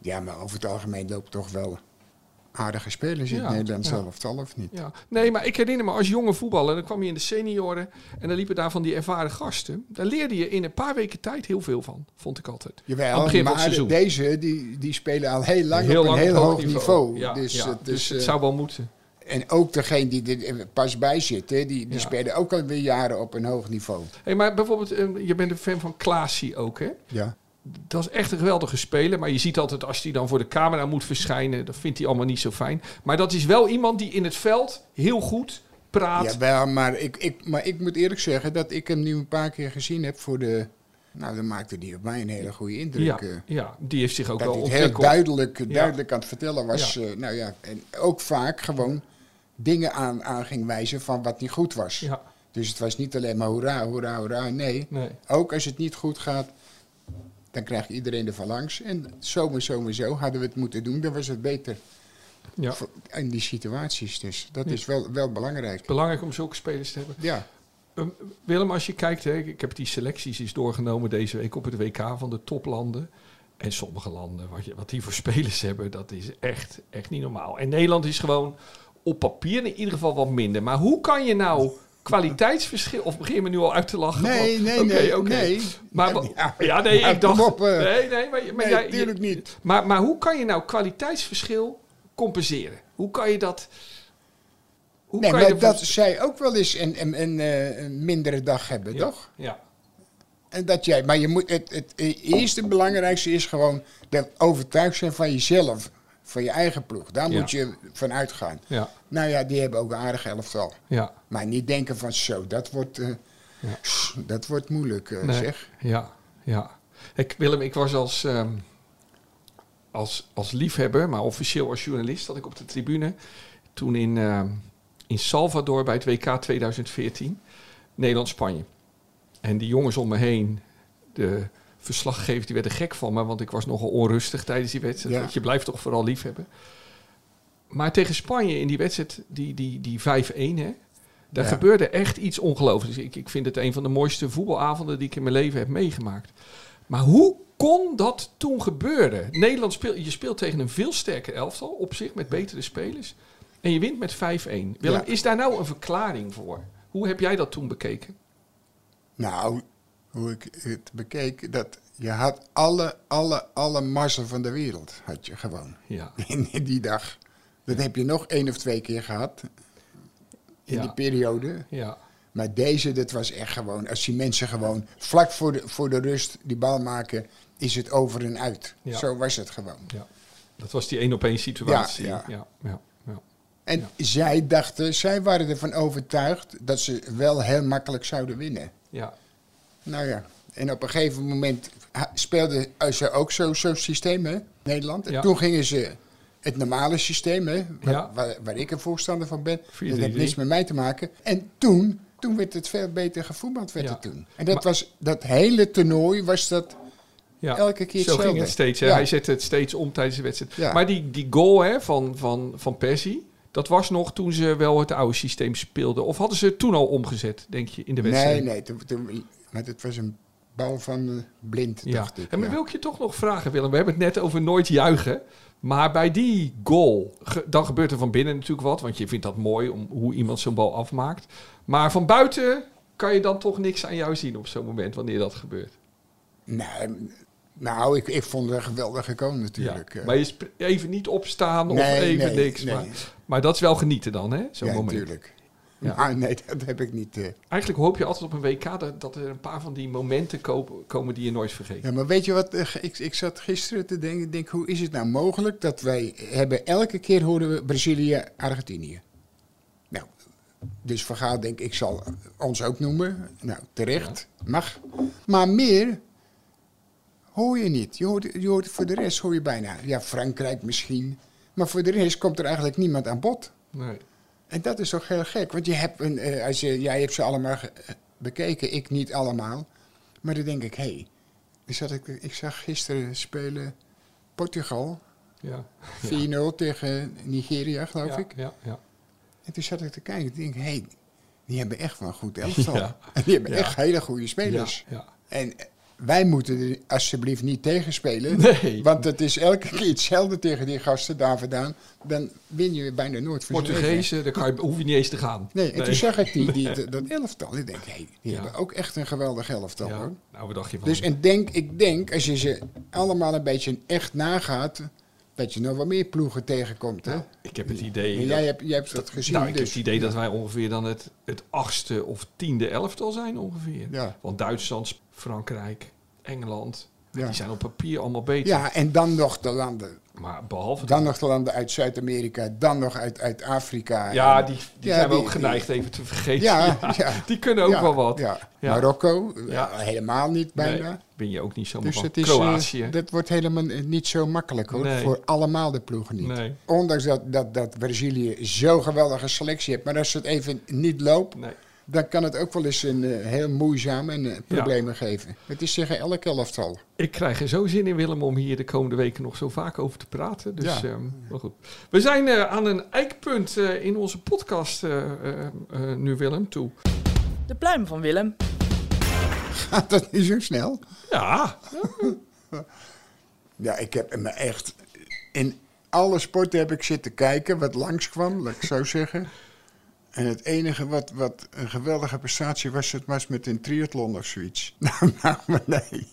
Speaker 2: Ja, maar over het algemeen loopt toch wel aardige spelers in
Speaker 1: Ja,
Speaker 2: het Nederlands
Speaker 1: ja.
Speaker 2: elftal, of niet?
Speaker 1: Ja. Nee, maar ik herinner me als jonge voetballer, dan kwam je in de senioren en dan liepen daar van die ervaren gasten. Daar leerde je in een paar weken tijd heel veel van, vond ik altijd. Aan het
Speaker 2: Jawel,
Speaker 1: begin van het
Speaker 2: maar
Speaker 1: seizoen.
Speaker 2: deze die, die spelen al heel lang op een
Speaker 1: op
Speaker 2: heel
Speaker 1: hoog
Speaker 2: hoog niveau.
Speaker 1: Ja,
Speaker 2: dus,
Speaker 1: ja.
Speaker 2: het
Speaker 1: Dus
Speaker 2: is,
Speaker 1: het
Speaker 2: eh,
Speaker 1: zou wel moeten.
Speaker 2: En ook degene die er eh, pas bij zit, hè, die, die
Speaker 1: Ja.
Speaker 2: spelen ook alweer jaren op een hoog niveau.
Speaker 1: Hey, maar bijvoorbeeld, eh, je bent een fan van Klaasie ook, hè?
Speaker 2: Ja.
Speaker 1: Dat is echt een geweldige speler. Maar je ziet altijd als hij dan voor de camera moet verschijnen. Dat vindt hij allemaal niet zo fijn. Maar dat is wel iemand die in het veld heel goed praat.
Speaker 2: Jawel, maar ik, ik, maar ik moet eerlijk zeggen dat ik hem nu een paar keer gezien heb voor de... Nou, dan maakte hij op mij een hele goede indruk.
Speaker 1: Ja,
Speaker 2: eh.
Speaker 1: ja, die heeft zich ook
Speaker 2: dat
Speaker 1: wel
Speaker 2: hij het heel
Speaker 1: ontwikkeld.
Speaker 2: duidelijk, duidelijk aan het vertellen was.
Speaker 1: Ja.
Speaker 2: eh, nou ja, en ook vaak gewoon dingen aan, aan ging wijzen van wat niet goed was.
Speaker 1: Ja,
Speaker 2: Dus het was niet alleen maar hoera, hoera, hoera. Nee,
Speaker 1: nee.
Speaker 2: ook als het niet goed gaat, dan krijgt iedereen er van langs. En zomaar, zomaar zo hadden we het moeten doen, dan was het beter.
Speaker 1: Ja.
Speaker 2: Voor- In die situaties dus. Dat
Speaker 1: Ja.
Speaker 2: is wel, wel belangrijk.
Speaker 1: Belangrijk om zulke spelers te hebben.
Speaker 2: Ja,
Speaker 1: Um, Willem, als je kijkt, hè, ik heb die selecties eens doorgenomen deze week op het WK van de toplanden. En sommige landen, wat, je, wat die voor spelers <laughs> hebben, dat is echt, echt niet normaal. En Nederland is gewoon op papier in ieder geval wat minder. Maar hoe kan je nou kwaliteitsverschil... Of begin je me nu al uit te lachen?
Speaker 2: Nee,
Speaker 1: Want-
Speaker 2: nee,
Speaker 1: oké,
Speaker 2: nee,
Speaker 1: oké.
Speaker 2: nee.
Speaker 1: Maar, wa-
Speaker 2: Ja,
Speaker 1: ja, nee,
Speaker 2: maar
Speaker 1: ik dacht...
Speaker 2: kom op, eh.
Speaker 1: nee, nee, maar, maar
Speaker 2: nee,
Speaker 1: jij- je-
Speaker 2: natuurlijk niet.
Speaker 1: maar, maar hoe kan je nou kwaliteitsverschil compenseren? Hoe kan je dat... Hoe
Speaker 2: Nee,
Speaker 1: kan je
Speaker 2: maar
Speaker 1: ervan-
Speaker 2: dat zij ook wel eens een, een, een, eh, een mindere dag hebben,
Speaker 1: Ja,
Speaker 2: toch?
Speaker 1: Ja,
Speaker 2: En dat jij, maar je moet, het, het eerste belangrijkste is gewoon dat overtuigd zijn van jezelf, van je eigen ploeg. Daar
Speaker 1: Ja.
Speaker 2: moet je van uitgaan.
Speaker 1: ja,
Speaker 2: Nou ja, die hebben ook een aardig elftal.
Speaker 1: ja.
Speaker 2: Maar niet denken van zo, dat wordt, eh,
Speaker 1: Ja.
Speaker 2: dat wordt moeilijk, eh,
Speaker 1: Nee.
Speaker 2: zeg.
Speaker 1: Ja, ja. Ik, Willem, ik was als, ehm, als, als liefhebber, maar officieel als journalist, zat ik op de tribune. Toen in, ehm, in Salvador bij het WK 2014, Nederland-Spanje. En die jongens om me heen, de verslaggever, die werden gek van me, want ik was nogal onrustig tijdens die wedstrijd.
Speaker 2: Ja.
Speaker 1: Want je blijft toch vooral liefhebben. Maar tegen Spanje in die wedstrijd, die, die, die 5-1, hè, daar
Speaker 2: Ja.
Speaker 1: gebeurde echt iets ongelooflijks. Ik, ik vind het een van de mooiste voetbalavonden die ik in mijn leven heb meegemaakt. Maar hoe kon dat toen gebeuren? Nederland speelt, je speelt tegen een veel sterker elftal op zich met betere spelers. En je wint met 5-1. Willem,
Speaker 2: Ja.
Speaker 1: is daar nou een verklaring voor? Hoe heb jij dat toen bekeken?
Speaker 2: Nou, hoe ik het bekeek, dat je had alle, alle, alle massa van de wereld, had je gewoon. <laughs>
Speaker 1: Ja,
Speaker 2: in die dag. Dat heb je nog één of twee keer gehad. In
Speaker 1: Ja.
Speaker 2: die periode.
Speaker 1: ja,
Speaker 2: Maar deze, dat was echt gewoon. Als die mensen gewoon vlak voor de, voor de rust die bal maken, is het over en uit.
Speaker 1: Ja.
Speaker 2: Zo was het gewoon.
Speaker 1: ja. Dat was die één op één situatie.
Speaker 2: Ja,
Speaker 1: ja, ja, ja.
Speaker 2: En zij dachten, zij waren ervan overtuigd dat ze wel heel makkelijk zouden winnen.
Speaker 1: ja.
Speaker 2: Nou ja, en op een gegeven moment ha- speelden ze ook zo- zo'n systeem, hè, Nederland. En
Speaker 1: Ja.
Speaker 2: toen gingen ze het normale systeem, hè, waar,
Speaker 1: Ja.
Speaker 2: waar, waar ik een voorstander van ben.
Speaker 1: 4-3-3.
Speaker 2: Dat heeft niks met mij te maken. En toen, toen werd het veel beter gevoetbald, werd
Speaker 1: Ja.
Speaker 2: het toen. En dat
Speaker 1: Maar-
Speaker 2: was, dat hele toernooi was dat...
Speaker 1: Ja,
Speaker 2: Elke keer
Speaker 1: Zo ging
Speaker 2: hetzelfde.
Speaker 1: het steeds. Hè?
Speaker 2: Ja.
Speaker 1: Hij zette het steeds om tijdens de wedstrijd.
Speaker 2: Ja.
Speaker 1: Maar die, die goal hè, van, van, van Persie, dat was nog toen ze wel het oude systeem speelden. Of hadden ze het toen al omgezet, denk je, in de wedstrijd?
Speaker 2: Nee, nee, toen, toen- maar het was een bal van eh, blind,
Speaker 1: Ja.
Speaker 2: dacht ik.
Speaker 1: En maar
Speaker 2: ja.
Speaker 1: wil ik je toch nog vragen, Willem? We hebben het net over nooit juichen. Maar bij die goal, ge- dan gebeurt er van binnen natuurlijk wat. Want je vindt dat mooi om hoe iemand zo'n bal afmaakt. Maar van buiten kan je dan toch niks aan jou zien op zo'n moment wanneer dat gebeurt.
Speaker 2: Nee, nou, ik, ik vond het een geweldige goal natuurlijk.
Speaker 1: Ja.
Speaker 2: eh.
Speaker 1: Maar je sp- even niet opstaan of
Speaker 2: Nee,
Speaker 1: even
Speaker 2: nee,
Speaker 1: niks.
Speaker 2: nee.
Speaker 1: Maar, maar dat is wel genieten dan, hè? Zo'n
Speaker 2: ja,
Speaker 1: moment.
Speaker 2: natuurlijk.
Speaker 1: Ja.
Speaker 2: Maar nee, dat heb ik niet... eh.
Speaker 1: Eigenlijk hoop je altijd op een WK dat, dat er een paar van die momenten ko- komen die je nooit vergeet.
Speaker 2: Ja, maar weet je wat? eh, ge- Ik, ik zat gisteren te denken, ik denk, hoe is het nou mogelijk dat wij hebben elke keer horen we Brazilië, Argentinië. Nou, dus Vergaal denk ik zal ons ook noemen. Nou, terecht, mag. Maar meer hoor je niet. Je hoort, je hoort voor de rest hoor je bijna. Ja, Frankrijk misschien. Maar voor de rest komt er eigenlijk niemand aan bod.
Speaker 1: Nee.
Speaker 2: En dat is toch heel gek, want je hebt een, eh, als je, jij hebt ze allemaal ge- eh, bekeken, ik niet allemaal. Maar dan denk ik, hé, hey, dan zat ik, ik zag gisteren spelen Portugal,
Speaker 1: Ja.
Speaker 2: 4-0 tegen Nigeria, geloof
Speaker 1: ja,
Speaker 2: ik.
Speaker 1: Ja, ja.
Speaker 2: En toen zat ik te kijken, ik denk, hé, hey, <laughs> die hebben echt wel een goed elftal.
Speaker 1: Ja.
Speaker 2: En die hebben
Speaker 1: Ja.
Speaker 2: echt hele goede
Speaker 1: Ja,
Speaker 2: spelers.
Speaker 1: ja.
Speaker 2: En eh, wij moeten er alsjeblieft niet tegenspelen.
Speaker 1: Nee.
Speaker 2: Want het is elke keer hetzelfde tegen die gasten daar vandaan. Dan win je bijna nooit van z'n leven.
Speaker 1: Portugezen, eh, daar kan je, hoef je niet eens te gaan.
Speaker 2: Nee, en toen zag ik die, die, dat elftal. Ik denk, hé, hey, die
Speaker 1: Ja.
Speaker 2: hebben ook echt een geweldig elftal
Speaker 1: Ja.
Speaker 2: hoor.
Speaker 1: Nou, we dachten van...
Speaker 2: Dus en denk, ik denk, als je ze allemaal een beetje echt nagaat, dat je nog wat meer ploegen tegenkomt. Hè?
Speaker 1: Nou, ik heb het
Speaker 2: En
Speaker 1: idee...
Speaker 2: jij,
Speaker 1: dat-
Speaker 2: hebt, jij hebt dat gezien.
Speaker 1: nou, ik
Speaker 2: dus.
Speaker 1: heb het idee dat wij ongeveer dan het, het achtste of tiende elftal zijn ongeveer.
Speaker 2: Ja.
Speaker 1: Want Duitsland, Frankrijk, Engeland,
Speaker 2: Ja.
Speaker 1: die zijn op papier allemaal beter.
Speaker 2: ja, en dan nog de landen.
Speaker 1: Maar behalve...
Speaker 2: Dan nog de landen uit Zuid-Amerika, dan nog uit, uit Afrika.
Speaker 1: ja, die, die
Speaker 2: Ja,
Speaker 1: zijn we
Speaker 2: die-
Speaker 1: ook geneigd even te vergeten. <laughs>
Speaker 2: ja, ja.
Speaker 1: Die kunnen ook
Speaker 2: Ja,
Speaker 1: wel wat.
Speaker 2: Ja.
Speaker 1: Ja.
Speaker 2: Marokko, eh,
Speaker 1: Ja.
Speaker 2: helemaal niet
Speaker 1: Nee,
Speaker 2: bijna.
Speaker 1: ben je ook niet zomaar
Speaker 2: Dus
Speaker 1: van.
Speaker 2: het is, eh,
Speaker 1: Kroatië.
Speaker 2: dat wordt helemaal eh, niet zo makkelijk hoor.
Speaker 1: Nee.
Speaker 2: Voor allemaal de ploegen niet.
Speaker 1: Nee.
Speaker 2: Ondanks dat, dat, dat Brazilië zo'n geweldige selectie heeft. Maar als het even niet loopt,
Speaker 1: nee.
Speaker 2: dan kan het ook wel eens een, eh, heel moeizaam en eh, problemen geven. Het is tegen elk elftal. <laughs>
Speaker 1: Ik krijg er zo zin in, Willem, om hier de komende weken nog zo vaak over te praten. Dus,
Speaker 2: Ja.
Speaker 1: ehm, maar goed. We zijn eh, aan een eikpunt eh, in onze podcast eh, eh, eh, nu, Willem, toe.
Speaker 3: De pluim van Willem.
Speaker 2: Gaat dat niet zo snel?
Speaker 1: Ja,
Speaker 2: Ja, ik heb me echt in alle sporten heb ik zitten kijken wat langskwam, laat ik zo zeggen. En het enige wat, wat een geweldige prestatie was, het was met een triathlon of zoiets. <laughs> Nou, nou maar nee.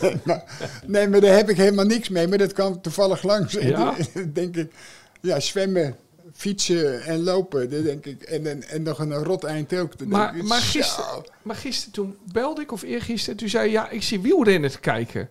Speaker 2: Nee, maar, nee, maar daar heb ik helemaal niks mee. Maar dat kwam toevallig langs. En
Speaker 1: Ja?
Speaker 2: <laughs> dan denk ik, ja, zwemmen, fietsen en lopen. Dat denk ik. En, en, en nog een rot eind ook. Dan denk
Speaker 1: maar,
Speaker 2: ik,
Speaker 1: maar,
Speaker 2: zo.
Speaker 1: gisteren, maar gisteren toen belde ik, of eergisteren, toen zei je, ja, ik zie wielrennen te kijken.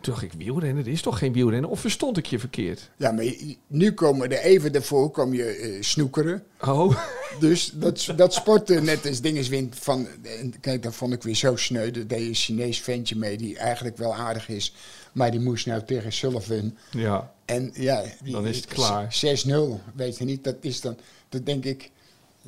Speaker 1: Toen dacht ik, wielrennen, dit is toch geen wielrennen? Of verstond ik je verkeerd?
Speaker 2: Ja, maar je- nu komen er even daarvoor kom je eh, snoekeren.
Speaker 1: Oh, <laughs>
Speaker 2: Dus dat, dat sporten net als dinges wint van... en Kijk, dat vond ik weer zo sneu. Er deed een Chinees ventje mee die eigenlijk wel aardig is. Maar die moest nou tegen Sullivan.
Speaker 1: ja.
Speaker 2: En ja... die-
Speaker 1: Dan is het klaar.
Speaker 2: 6-0, weet je niet. Dat is dan... Dat denk ik...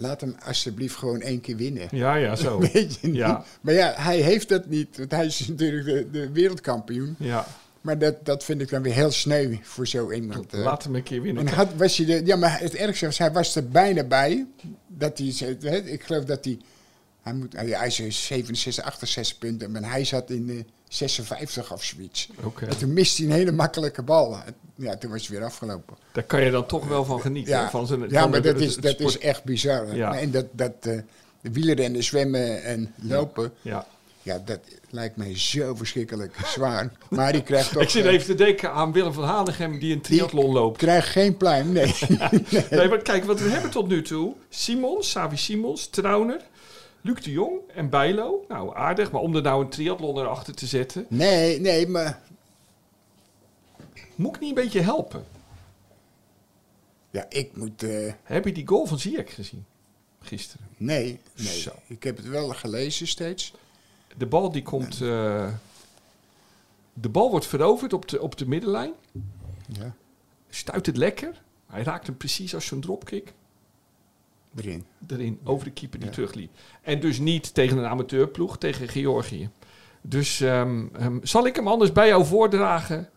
Speaker 2: Laat hem alsjeblieft gewoon één keer winnen.
Speaker 1: Ja, ja, zo.
Speaker 2: <laughs> Weet je niet?
Speaker 1: Ja.
Speaker 2: Maar ja, hij heeft dat niet. Want hij is natuurlijk de, de wereldkampioen.
Speaker 1: Ja,
Speaker 2: Maar dat, dat vind ik dan weer heel sneu voor zo iemand. eh.
Speaker 1: laat hem een keer winnen.
Speaker 2: En had, was hij de, ja, maar het ergste was, hij was er bijna bij. Dat hij, ze- hè, ik geloof dat hij, hij, moet, hij is 67, 68 punten, maar hij zat in de 56 of zoiets.
Speaker 1: Oké,
Speaker 2: En toen miste hij een hele makkelijke bal. En Ja, toen was hij weer afgelopen.
Speaker 1: daar kan je dan toch wel van genieten.
Speaker 2: Ja,
Speaker 1: hè, van zijn,
Speaker 2: ja
Speaker 1: van
Speaker 2: maar
Speaker 1: het-
Speaker 2: dat,
Speaker 1: het-
Speaker 2: is,
Speaker 1: het
Speaker 2: dat
Speaker 1: sport-
Speaker 2: is echt bizar.
Speaker 1: Ja.
Speaker 2: En dat, dat eh, wielrennen, zwemmen en lopen,
Speaker 1: Ja.
Speaker 2: ja, dat lijkt mij zo verschrikkelijk zwaar. Maar die
Speaker 1: <laughs>
Speaker 2: krijgt toch...
Speaker 1: Ik zit
Speaker 2: eh,
Speaker 1: even te denken aan Willem van Hanegem die een triathlon
Speaker 2: <laughs>
Speaker 1: loopt.
Speaker 2: krijgt geen
Speaker 1: <laughs>
Speaker 2: pluim, nee.
Speaker 1: Nee, maar kijk, wat we hebben tot nu toe. Simons, Savi Simons, Trauner, Luc de Jong en Bijlo. Nou, aardig. Maar om er nou een triathlon erachter te zetten,
Speaker 2: Nee, nee, maar...
Speaker 1: moet ik niet een beetje helpen.
Speaker 2: Ja, ik moet... eh,
Speaker 1: Heb je die goal van Ziyech gezien? Gisteren.
Speaker 2: Nee, nee.
Speaker 1: Zo.
Speaker 2: ik heb het wel gelezen steeds.
Speaker 1: De bal die komt... eh, de bal wordt veroverd op de, op de middenlijn.
Speaker 2: Ja.
Speaker 1: Stuit het lekker. Hij raakt hem precies als zo'n dropkick.
Speaker 2: Erin.
Speaker 1: erin over de keeper die terugliep. En dus niet tegen een amateurploeg, tegen Georgië. Dus ehm, ehm, zal ik hem anders bij jou voordragen?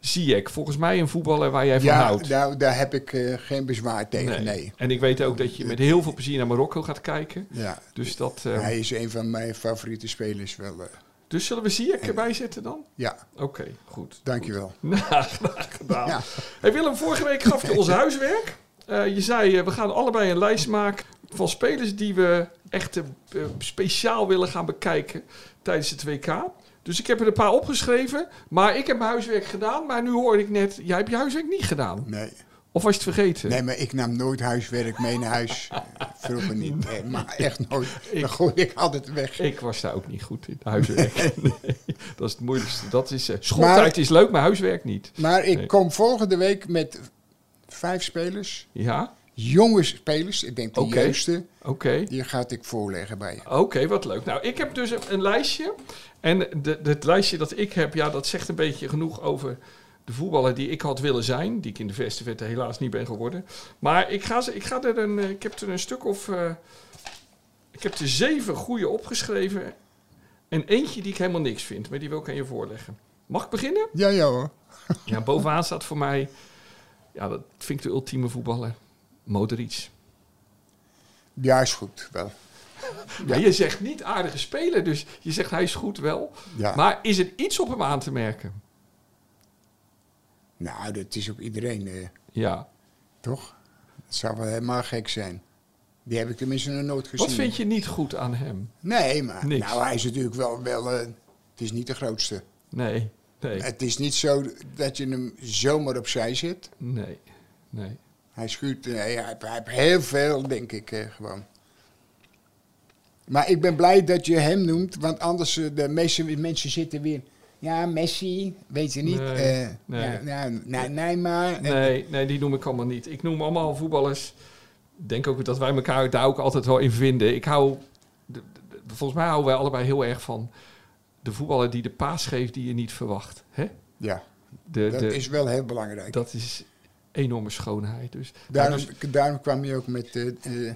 Speaker 1: Zie ik, volgens mij een voetballer waar jij van
Speaker 2: Ja,
Speaker 1: houdt.
Speaker 2: daar, daar heb ik eh, geen bezwaar tegen, nee.
Speaker 1: En ik weet ook dat je met heel veel plezier naar Marokko gaat kijken.
Speaker 2: Ja.
Speaker 1: Dus, dat, ehm,
Speaker 2: Hij is een van mijn favoriete spelers wel. eh.
Speaker 1: dus zullen we Zie ik erbij zetten dan?
Speaker 2: ja,
Speaker 1: Oké, goed.
Speaker 2: dankjewel.
Speaker 1: Nou, graag gedaan.
Speaker 2: Ja.
Speaker 1: Hey Willem, vorige week gaf
Speaker 2: <laughs>
Speaker 1: je ons huiswerk. Eh, je zei, eh, we gaan allebei een lijst maken van spelers die we echt eh, eh, speciaal willen gaan bekijken tijdens het WK. Dus ik heb er een paar opgeschreven, maar ik heb mijn huiswerk gedaan. Maar nu hoorde ik net, jij hebt je huiswerk niet gedaan.
Speaker 2: Nee.
Speaker 1: Of was je het vergeten?
Speaker 2: nee, maar ik nam nooit huiswerk mee naar huis.
Speaker 1: <laughs>
Speaker 2: Vroeger niet, nee, maar echt nooit. Dan gooi ik altijd weg.
Speaker 1: Ik was daar ook niet goed in,
Speaker 2: <laughs>
Speaker 1: huiswerk. Nee, dat is het moeilijkste. Dat is, eh, schooltijd is leuk, maar huiswerk niet.
Speaker 2: Maar ik
Speaker 1: Nee.
Speaker 2: kom volgende week met vijf spelers.
Speaker 1: Ja,
Speaker 2: Jonge spelers, ik denk de
Speaker 1: Oké.
Speaker 2: juiste.
Speaker 1: oké.
Speaker 2: Die gaat ik voorleggen bij je.
Speaker 1: Oké, wat leuk. Nou, ik heb dus een, een lijstje. En de, het lijstje dat ik heb, ja, dat zegt een beetje genoeg over de voetballer die ik had willen zijn. Die ik in de verste verte helaas niet ben geworden. Maar ik, ga, ze- ik, ga er een, eh, ik heb er een stuk of... eh, ik heb er zeven goede opgeschreven. En eentje die ik helemaal niks vind, maar die wil ik aan je voorleggen. Mag ik beginnen?
Speaker 2: Ja, ja hoor.
Speaker 1: Ja, bovenaan staat voor mij... Ja, dat vind ik de ultieme voetballer. Modric.
Speaker 2: Ja, is goed. Wel.
Speaker 1: Maar je zegt niet aardige speler, dus je zegt hij is goed wel.
Speaker 2: Ja.
Speaker 1: Maar is er iets op hem aan te merken?
Speaker 2: Nou, dat is op iedereen, eh,
Speaker 1: Ja.
Speaker 2: toch? Dat zou wel helemaal gek zijn. Die heb ik tenminste nog nooit gezien.
Speaker 1: Wat vind je niet goed aan hem?
Speaker 2: Nee, maar
Speaker 1: Niks.
Speaker 2: nou, hij is natuurlijk wel... wel eh, het is niet de grootste.
Speaker 1: Nee, nee,
Speaker 2: Het is niet zo dat je hem zomaar opzij zet.
Speaker 1: nee, nee.
Speaker 2: Hij schuurt... eh, hij, heeft- hij heeft heel veel, denk ik, eh, gewoon. Maar ik ben blij dat je hem noemt, want anders eh, de meeste mensen zitten weer... Ja, Messi, weet je niet.
Speaker 1: Nee,
Speaker 2: eh,
Speaker 1: nee.
Speaker 2: Ja, ja, nee, nee, maar... eh,
Speaker 1: Nee, nee, die noem ik allemaal niet. Ik noem allemaal voetballers. Ik denk ook dat wij elkaar daar ook altijd wel in vinden. Ik hou, d- d- d- volgens mij houden wij allebei heel erg van de voetballer die de paas geeft die je niet verwacht. Hè?
Speaker 2: Ja,
Speaker 1: De,
Speaker 2: dat
Speaker 1: de,
Speaker 2: is wel heel belangrijk.
Speaker 1: dat is enorme schoonheid. Dus,
Speaker 2: Daarom,
Speaker 1: dus-
Speaker 2: daarom kwam je ook met eh, eh,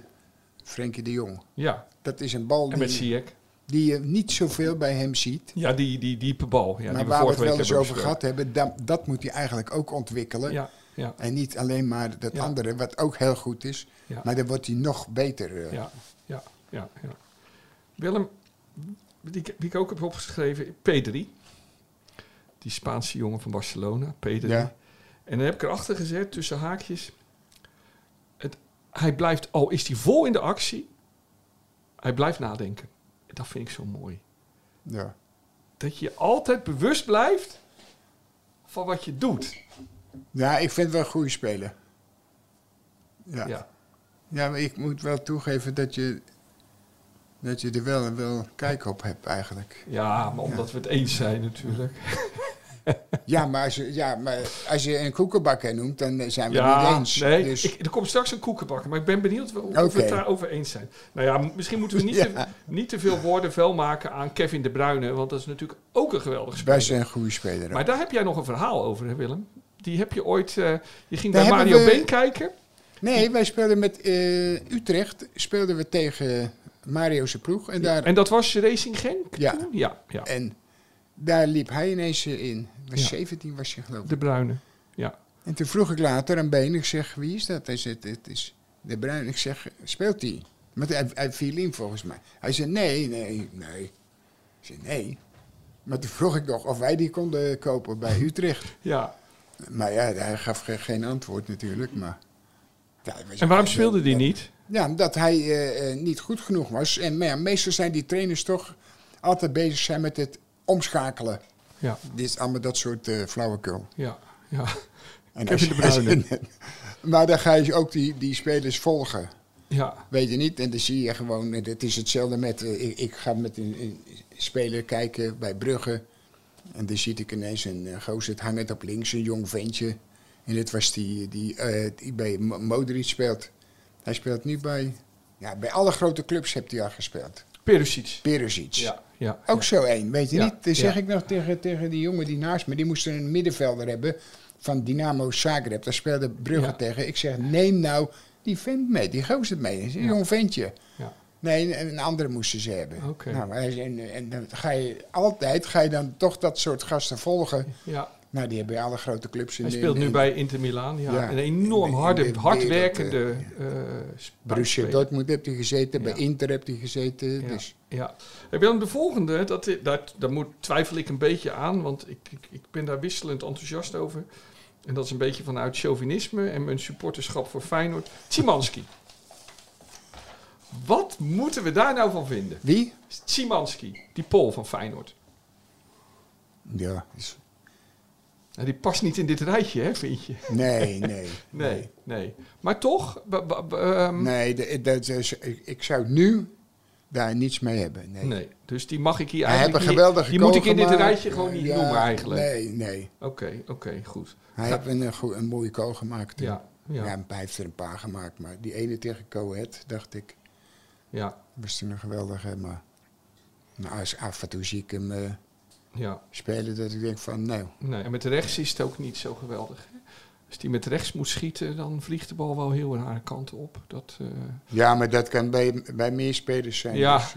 Speaker 2: Frenkie de Jong.
Speaker 1: ja,
Speaker 2: Dat is een bal
Speaker 1: en met
Speaker 2: die,
Speaker 1: Ziyech.
Speaker 2: die je niet zoveel bij hem ziet.
Speaker 1: Ja, die, die diepe bal. Ja, die
Speaker 2: maar waar we
Speaker 1: vorige
Speaker 2: het wel
Speaker 1: week
Speaker 2: eens
Speaker 1: hebben
Speaker 2: over gehad hebben, da- dat moet hij eigenlijk ook ontwikkelen.
Speaker 1: besproken. Ja, ja,
Speaker 2: En niet alleen maar dat
Speaker 1: Ja.
Speaker 2: andere, wat ook heel goed is.
Speaker 1: Ja.
Speaker 2: Maar dan wordt hij nog beter. eh.
Speaker 1: ja, ja, ja, ja. Willem, die, ik- die ik ook heb opgeschreven, Pedri. Die Spaanse jongen van Barcelona, Pedri.
Speaker 2: Ja.
Speaker 1: En dan heb ik erachter gezet, tussen haakjes... Het, hij blijft, al is hij vol in de actie... Hij blijft nadenken. Dat vind ik zo mooi.
Speaker 2: Ja.
Speaker 1: Dat je altijd bewust blijft van wat je doet.
Speaker 2: Ja, ik vind het wel een goede speler. Ja. ja.
Speaker 1: Ja.
Speaker 2: maar ik moet wel toegeven dat je, dat je er wel, wel kijk op hebt
Speaker 1: <laughs>
Speaker 2: eigenlijk.
Speaker 1: Ja, maar omdat we het eens zijn natuurlijk.
Speaker 2: Ja, maar als je, ja, maar als je een koekenbakker noemt, dan eh, zijn we het niet
Speaker 1: Ja,
Speaker 2: eens.
Speaker 1: nee,
Speaker 2: Dus,
Speaker 1: ik, er komt straks een koekenbakker, maar ik ben benieuwd wel- of we
Speaker 2: Oké.
Speaker 1: het daarover eens zijn. Nou ja, m- misschien moeten we niet,
Speaker 2: <laughs> Ja.
Speaker 1: te, niet te veel woorden vuil maken aan Kevin de Bruyne, want dat is natuurlijk ook een geweldig
Speaker 2: wij
Speaker 1: speler.
Speaker 2: zijn een goede speler.
Speaker 1: Maar daar heb jij nog een verhaal over, hè, Willem? Die heb je ooit, eh, je ging
Speaker 2: Daar
Speaker 1: bij
Speaker 2: hebben
Speaker 1: Mario
Speaker 2: we-
Speaker 1: Been kijken.
Speaker 2: Nee, wij speelden met eh, Utrecht speelden we tegen Mario's ploeg. En daar,
Speaker 1: En dat was Racing Genk?
Speaker 2: Ja.
Speaker 1: toen? ja, ja.
Speaker 2: en daar liep hij ineens eh, in. Was
Speaker 1: Ja.
Speaker 2: 17 was je geloof ik.
Speaker 1: De Bruyne. Ja.
Speaker 2: En toen vroeg ik later aan Been, ik zeg, wie is dat? Hij zegt, het is De Bruin. Ik zeg, speelt hij? Want hij, hij viel in volgens mij. Hij zei, nee, nee, nee. Ik zei, nee. Maar toen vroeg ik nog of wij die konden kopen
Speaker 1: Mhm.
Speaker 2: bij Utrecht.
Speaker 1: ja.
Speaker 2: Maar ja, hij gaf ge- geen antwoord natuurlijk. Maar, Ja, hij was-
Speaker 1: En waarom speelde die
Speaker 2: Ja,
Speaker 1: niet?
Speaker 2: Ja, omdat hij eh, eh, niet goed genoeg was. En maar ja, meestal zijn die trainers toch altijd bezig zijn met het omschakelen.
Speaker 1: Ja,
Speaker 2: Dit is allemaal dat soort eh, flauwekul.
Speaker 1: ja, ja.
Speaker 2: En
Speaker 1: Kevin
Speaker 2: als-
Speaker 1: de Bruyne.
Speaker 2: als- <laughs> maar dan ga je ook die, die spelers volgen.
Speaker 1: ja.
Speaker 2: Weet je niet? En dan zie je gewoon, eh, het is hetzelfde met, eh, ik, ik ga met een, een speler kijken bij Brugge. En dan zie ik ineens een eh, gozer, het hangt op links, een jong ventje. En dit was die, die, eh, die bij Mo- Modric speelt. Hij speelt nu bij, ja, bij alle grote clubs heeft hij al gespeeld.
Speaker 1: Perusic.
Speaker 2: Perisic.
Speaker 1: Ja, ja.
Speaker 2: Ook zo één, weet je
Speaker 1: Ja,
Speaker 2: niet? Dan zeg
Speaker 1: ja.
Speaker 2: ik nog tegen, tegen die jongen die naast me, die moesten een middenvelder hebben van Dynamo Zagreb. Daar speelde Brugge
Speaker 1: Ja.
Speaker 2: tegen. Ik zeg, neem nou die vent mee, die gozer mee. Dat is een
Speaker 1: Ja.
Speaker 2: jong ventje.
Speaker 1: Ja.
Speaker 2: Nee, een, een andere moesten ze hebben.
Speaker 1: Oké.
Speaker 2: Nou, maar hij zei, en, en dan ga je altijd, ga je dan toch dat soort gasten volgen.
Speaker 1: ja.
Speaker 2: Nou, die hebben alle grote clubs in
Speaker 1: Hij
Speaker 2: de-
Speaker 1: speelt
Speaker 2: in-
Speaker 1: nu
Speaker 2: in
Speaker 1: bij Inter Milaan. Ja.
Speaker 2: Ja,
Speaker 1: een
Speaker 2: in
Speaker 1: enorm
Speaker 2: de- in
Speaker 1: harde,
Speaker 2: de
Speaker 1: hardwerkende
Speaker 2: wereld,
Speaker 1: eh, s-
Speaker 2: Borussia
Speaker 1: buitenspeler.
Speaker 2: Dortmund hebt hij gezeten, bij
Speaker 1: Ja.
Speaker 2: Inter hebt hij gezeten.
Speaker 1: Ja.
Speaker 2: Dus
Speaker 1: Ja. En Willem, de volgende, dat, i- daar, daar moet, twijfel ik een beetje aan, want ik, ik, ik ben daar wisselend enthousiast over. En dat is een beetje vanuit chauvinisme en mijn supporterschap voor Feyenoord. Tsimanski. Wat moeten we daar nou van vinden?
Speaker 2: wie?
Speaker 1: Tsimanski, die Pool van Feyenoord.
Speaker 2: Ja. dus- is-
Speaker 1: Nou, die past niet in dit rijtje, hè, vind je?
Speaker 2: Nee, nee.
Speaker 1: Nee, nee. Maar toch, b- b- b- ehm,
Speaker 2: Nee, de- dat is- ik, ik zou nu daar niets mee hebben. Nee.
Speaker 1: Nee, dus die mag ik hier
Speaker 2: Hij heeft een
Speaker 1: eigenlijk
Speaker 2: geweldige
Speaker 1: niet... Die moet ik
Speaker 2: goal
Speaker 1: in dit
Speaker 2: gemaakt.
Speaker 1: rijtje gewoon niet
Speaker 2: Ja,
Speaker 1: noemen eigenlijk.
Speaker 2: Nee, nee.
Speaker 1: Oké, oké, goed.
Speaker 2: Hij heeft een, eh, goe- een mooie goal gemaakt.
Speaker 1: Ja, ja, ja.
Speaker 2: hij heeft er een paar gemaakt. Maar die ene tegen Coët, dacht ik,
Speaker 1: ja.
Speaker 2: was toen een geweldige. Maar nou, als af en toe zie ik hem eh, spelen, dat ik denk van, nou,
Speaker 1: Nee, en met rechts is het ook niet zo geweldig. hè. Als die met rechts moet schieten, dan vliegt de bal wel heel een haar kant op. Dat, eh,
Speaker 2: ja, maar dat kan bij, bij meer spelers zijn.
Speaker 1: ja.
Speaker 2: dus-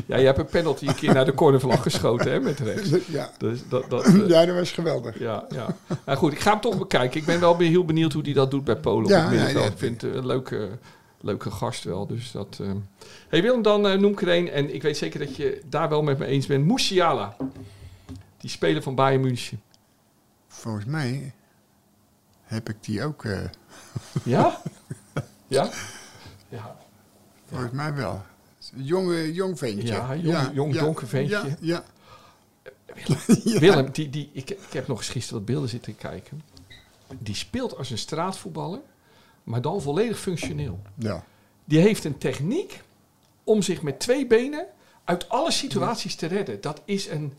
Speaker 1: <laughs> ja, je hebt een penalty een keer naar de cornervlag geschoten, hè, met
Speaker 2: <laughs>
Speaker 1: rechts.
Speaker 2: <laughs> ja. <clears throat>
Speaker 1: Dus dat, dat, eh,
Speaker 2: ja, dat was geweldig.
Speaker 1: ja, ja. Nou goed, ik ga hem toch bekijken. Ik ben wel heel benieuwd hoe hij dat doet bij Polen.
Speaker 2: Ja,
Speaker 1: op het middenveld.
Speaker 2: ja, ja.
Speaker 1: ik vind het een leuke, leuke gast wel. Dus dat. eh. Hey Willem, dan eh, noem ik er één. En ik weet zeker dat je daar wel met me eens bent. Musiala. Die speler van Bayern München.
Speaker 2: Volgens mij heb ik die ook. eh, <laughs>
Speaker 1: Ja? ja? Ja.
Speaker 2: volgens mij wel. Jong, jong ventje.
Speaker 1: Ja, jong- jong donker ventje.
Speaker 2: Ja, ja.
Speaker 1: Willem, die, die, ik, ik heb nog eens gisteren wat beelden zitten kijken. Die speelt als een straatvoetballer, maar dan volledig functioneel.
Speaker 2: ja.
Speaker 1: Die heeft een techniek om zich met twee benen uit alle situaties te redden. Dat is een.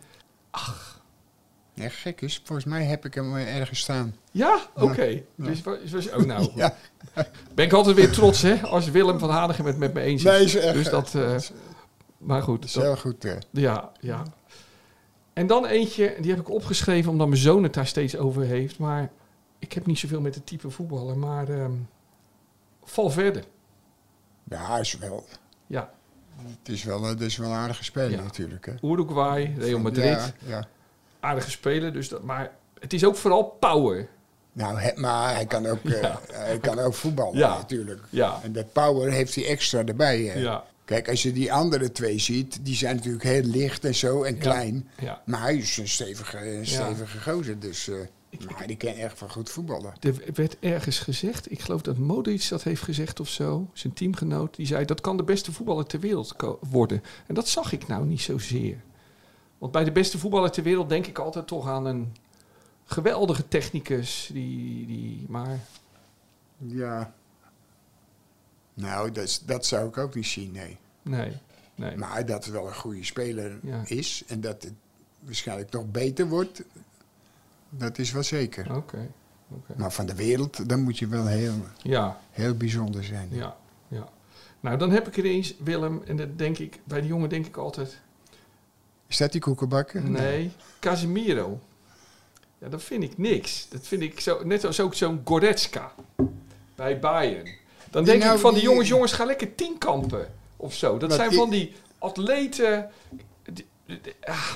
Speaker 2: Ja, gek is. Volgens mij heb ik hem eh, ergens staan.
Speaker 1: Ja, oké. Dus, wa- dus, oh nou.
Speaker 2: <laughs> Ja.
Speaker 1: Ben ik altijd weer trots, hè? Als Willem van Hanegem het met me eens is.
Speaker 2: Nee, is echt-
Speaker 1: dus dat. eh, maar goed, dat,
Speaker 2: Heel goed. eh.
Speaker 1: Ja, ja. En dan eentje, die heb ik opgeschreven omdat mijn zoon het daar steeds over heeft. Maar ik heb niet zoveel met het type voetballer. Maar ehm Valverde,
Speaker 2: Ja, is wel.
Speaker 1: ja.
Speaker 2: Het is wel, eh, het is wel een aardige speler
Speaker 1: Ja.
Speaker 2: natuurlijk. Hè.
Speaker 1: Uruguay, Real Madrid.
Speaker 2: Ja, ja.
Speaker 1: Aardige speler, dus dat, maar het is ook vooral power.
Speaker 2: Nou, he- maar hij kan ook,
Speaker 1: <laughs>
Speaker 2: eh, hij kan ook voetballen
Speaker 1: Ja.
Speaker 2: natuurlijk.
Speaker 1: Ja,
Speaker 2: En dat power heeft hij extra erbij. hè.
Speaker 1: ja,
Speaker 2: Kijk, als je die andere twee ziet, die zijn natuurlijk heel licht en zo en klein.
Speaker 1: ja.
Speaker 2: Maar hij is een stevige, een stevige gozer. Dus, eh, maar die kan echt van goed voetballen.
Speaker 1: Er werd ergens gezegd, ik geloof dat Modric dat heeft gezegd of zo, zijn teamgenoot. Die zei, dat kan de beste voetballer ter wereld ko- worden. En dat zag ik nou niet zozeer. Want bij de beste voetballer ter wereld denk ik altijd toch aan een geweldige technicus. Die, die, maar
Speaker 2: Ja. Nou, dat, is- dat zou ik ook niet zien, nee.
Speaker 1: nee, nee.
Speaker 2: Maar dat het wel een goede speler
Speaker 1: Ja.
Speaker 2: is en dat het waarschijnlijk nog beter wordt, dat is wel zeker.
Speaker 1: Oké, oké.
Speaker 2: Maar van de wereld, dan moet je wel heel,
Speaker 1: Ja,
Speaker 2: heel bijzonder zijn.
Speaker 1: ja, ja. Nou, dan heb ik er eens, Willem, en dat denk ik, bij die jongen denk ik altijd,
Speaker 2: Is dat die koekenbakken?
Speaker 1: Nee, Casemiro. Ja, dat vind ik niks. Dat vind ik zo, net als ook zo'n Goretzka bij Bayern. Dan
Speaker 2: Die
Speaker 1: denk
Speaker 2: nou
Speaker 1: ik van die
Speaker 2: die-
Speaker 1: jongens, jongens, ga lekker tienkampen of zo. Dat
Speaker 2: Maar
Speaker 1: zijn
Speaker 2: die-
Speaker 1: van die atleten. die- die- die- ah.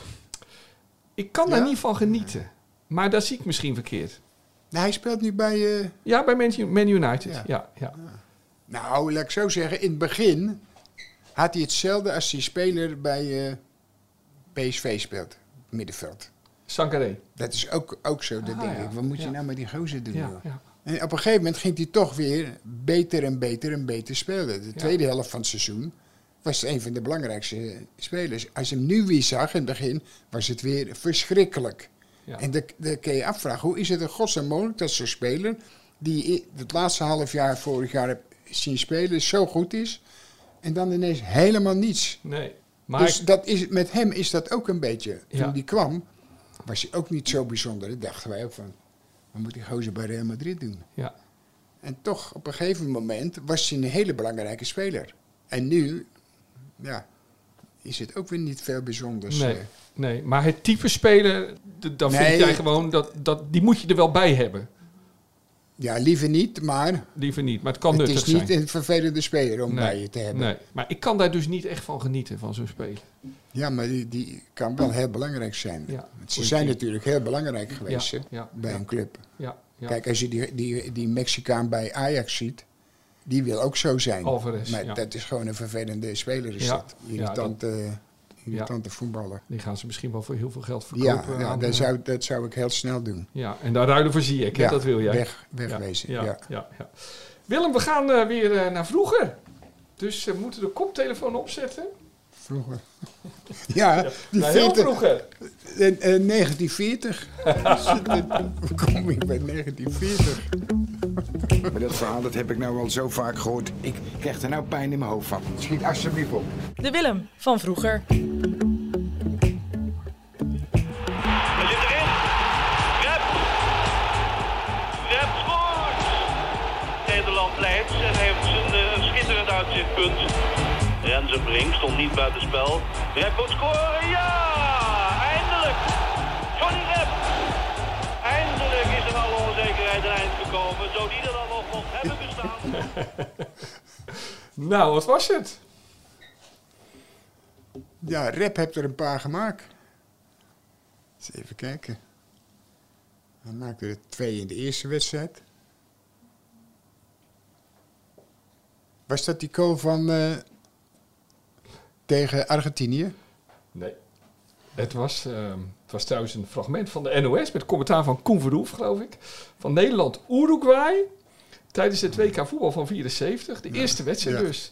Speaker 1: ik kan daar
Speaker 2: Ja?
Speaker 1: niet van genieten. Maar dat zie ik misschien verkeerd.
Speaker 2: Nou, hij speelt nu bij... eh
Speaker 1: Ja, bij Man, Man United. Ja.
Speaker 2: Ja.
Speaker 1: Ja, ja.
Speaker 2: nou, laat ik zo zeggen, in het begin had hij hetzelfde als die speler bij eh PSV speelt, middenveld.
Speaker 1: Sangaré.
Speaker 2: Dat is ook, ook zo, dat
Speaker 1: Ah,
Speaker 2: denk
Speaker 1: ja.
Speaker 2: ik. Wat moet
Speaker 1: Ja.
Speaker 2: je nou met die gozer doen?
Speaker 1: Ja,
Speaker 2: joh?
Speaker 1: ja.
Speaker 2: En op een gegeven moment ging hij toch weer beter en beter en beter spelen. De tweede helft van het seizoen was het een van de belangrijkste spelers. Als je hem nu weer zag in het begin, was het weer verschrikkelijk.
Speaker 1: Ja.
Speaker 2: En dan dan kun je je afvragen, hoe is het in godsnaam mogelijk dat zo'n speler... die je het laatste half jaar vorig jaar hebt zien spelen, zo goed is... en dan ineens helemaal niets.
Speaker 1: Nee. Maar
Speaker 2: dus dat is, met hem is dat ook een beetje. Toen
Speaker 1: Ja.
Speaker 2: die kwam, was hij ook niet zo bijzonder. Dat dachten wij ook van, wat moet die gozer bij Real Madrid doen?
Speaker 1: ja,
Speaker 2: En toch, op een gegeven moment was hij een hele belangrijke speler. En nu, ja, is het ook weer niet veel bijzonders.
Speaker 1: nee,
Speaker 2: eh.
Speaker 1: nee. Maar het type speler, d- dan
Speaker 2: Nee.
Speaker 1: vind jij gewoon dat, dat die moet je er wel bij hebben.
Speaker 2: Ja, liever niet, maar
Speaker 1: Liever niet, maar het kan
Speaker 2: het
Speaker 1: nuttig
Speaker 2: is niet
Speaker 1: zijn.
Speaker 2: een vervelende speler om
Speaker 1: Nee,
Speaker 2: bij je te hebben.
Speaker 1: Nee, maar ik kan daar dus niet echt van genieten, van zo'n speler.
Speaker 2: Ja, maar die, die kan wel heel belangrijk zijn.
Speaker 1: Ja,
Speaker 2: Want Ze
Speaker 1: goeie
Speaker 2: zijn
Speaker 1: team.
Speaker 2: natuurlijk heel belangrijk
Speaker 1: Ja,
Speaker 2: geweest hè,
Speaker 1: ja,
Speaker 2: bij een club.
Speaker 1: ja, ja.
Speaker 2: Kijk, als je die, die, die Mexicaan bij Ajax ziet, die wil ook zo zijn.
Speaker 1: Alvarez,
Speaker 2: maar
Speaker 1: ja.
Speaker 2: dat is gewoon een vervelende speler. Is
Speaker 1: Ja,
Speaker 2: dat.
Speaker 1: ja, dat-
Speaker 2: Irritante, irritante voetballer.
Speaker 1: Die gaan ze misschien wel voor heel veel geld
Speaker 2: Ja,
Speaker 1: verkopen.
Speaker 2: ja
Speaker 1: aan,
Speaker 2: dat,
Speaker 1: eh,
Speaker 2: zou, dat zou ik heel snel doen.
Speaker 1: ja, en daar ruilen voor zie ik, hè,
Speaker 2: Ja,
Speaker 1: dat wil jij.
Speaker 2: Weg, wegwezen, ja.
Speaker 1: Ja, ja, ja, ja. Willem, we gaan eh, weer eh, naar vroeger. Dus eh, we moeten de koptelefoon opzetten.
Speaker 2: Vroeger. <laughs> ja, die
Speaker 1: Naar heel
Speaker 2: 40
Speaker 1: vroeger.
Speaker 2: eh, eh, <laughs> 1940. Hoe kom ik bij 1940?
Speaker 4: Maar dat verhaal dat heb ik nou al zo vaak gehoord. Ik krijg er nou pijn in mijn hoofd van.
Speaker 2: Schiet alsjeblieft op.
Speaker 3: De Willem van vroeger.
Speaker 5: Er zit erin. Rep. Rep scoort. Nederland leidt en heeft een eh, schitterend uitzichtpunt. Renze Brink stond niet buiten spel. Rep moet scoren. Ja! Eindelijk. Johnny Rep. Eindelijk is er alle onzekerheid een eind gekomen. Zo die er dan nog mocht hebben bestaan.
Speaker 1: Nou, wat was het?
Speaker 2: Ja, Rep hebt er een paar gemaakt. Eens even kijken. Hij maakte er twee in de eerste wedstrijd. Was dat die goal van eh, tegen Argentinië?
Speaker 1: Nee. Het was, ehm, het was trouwens een fragment van de NOS met commentaar van Koen Verhoef, geloof ik. Van Nederland-Uruguay tijdens het WK voetbal van 74. De eerste wedstrijd
Speaker 2: Ja.
Speaker 1: dus.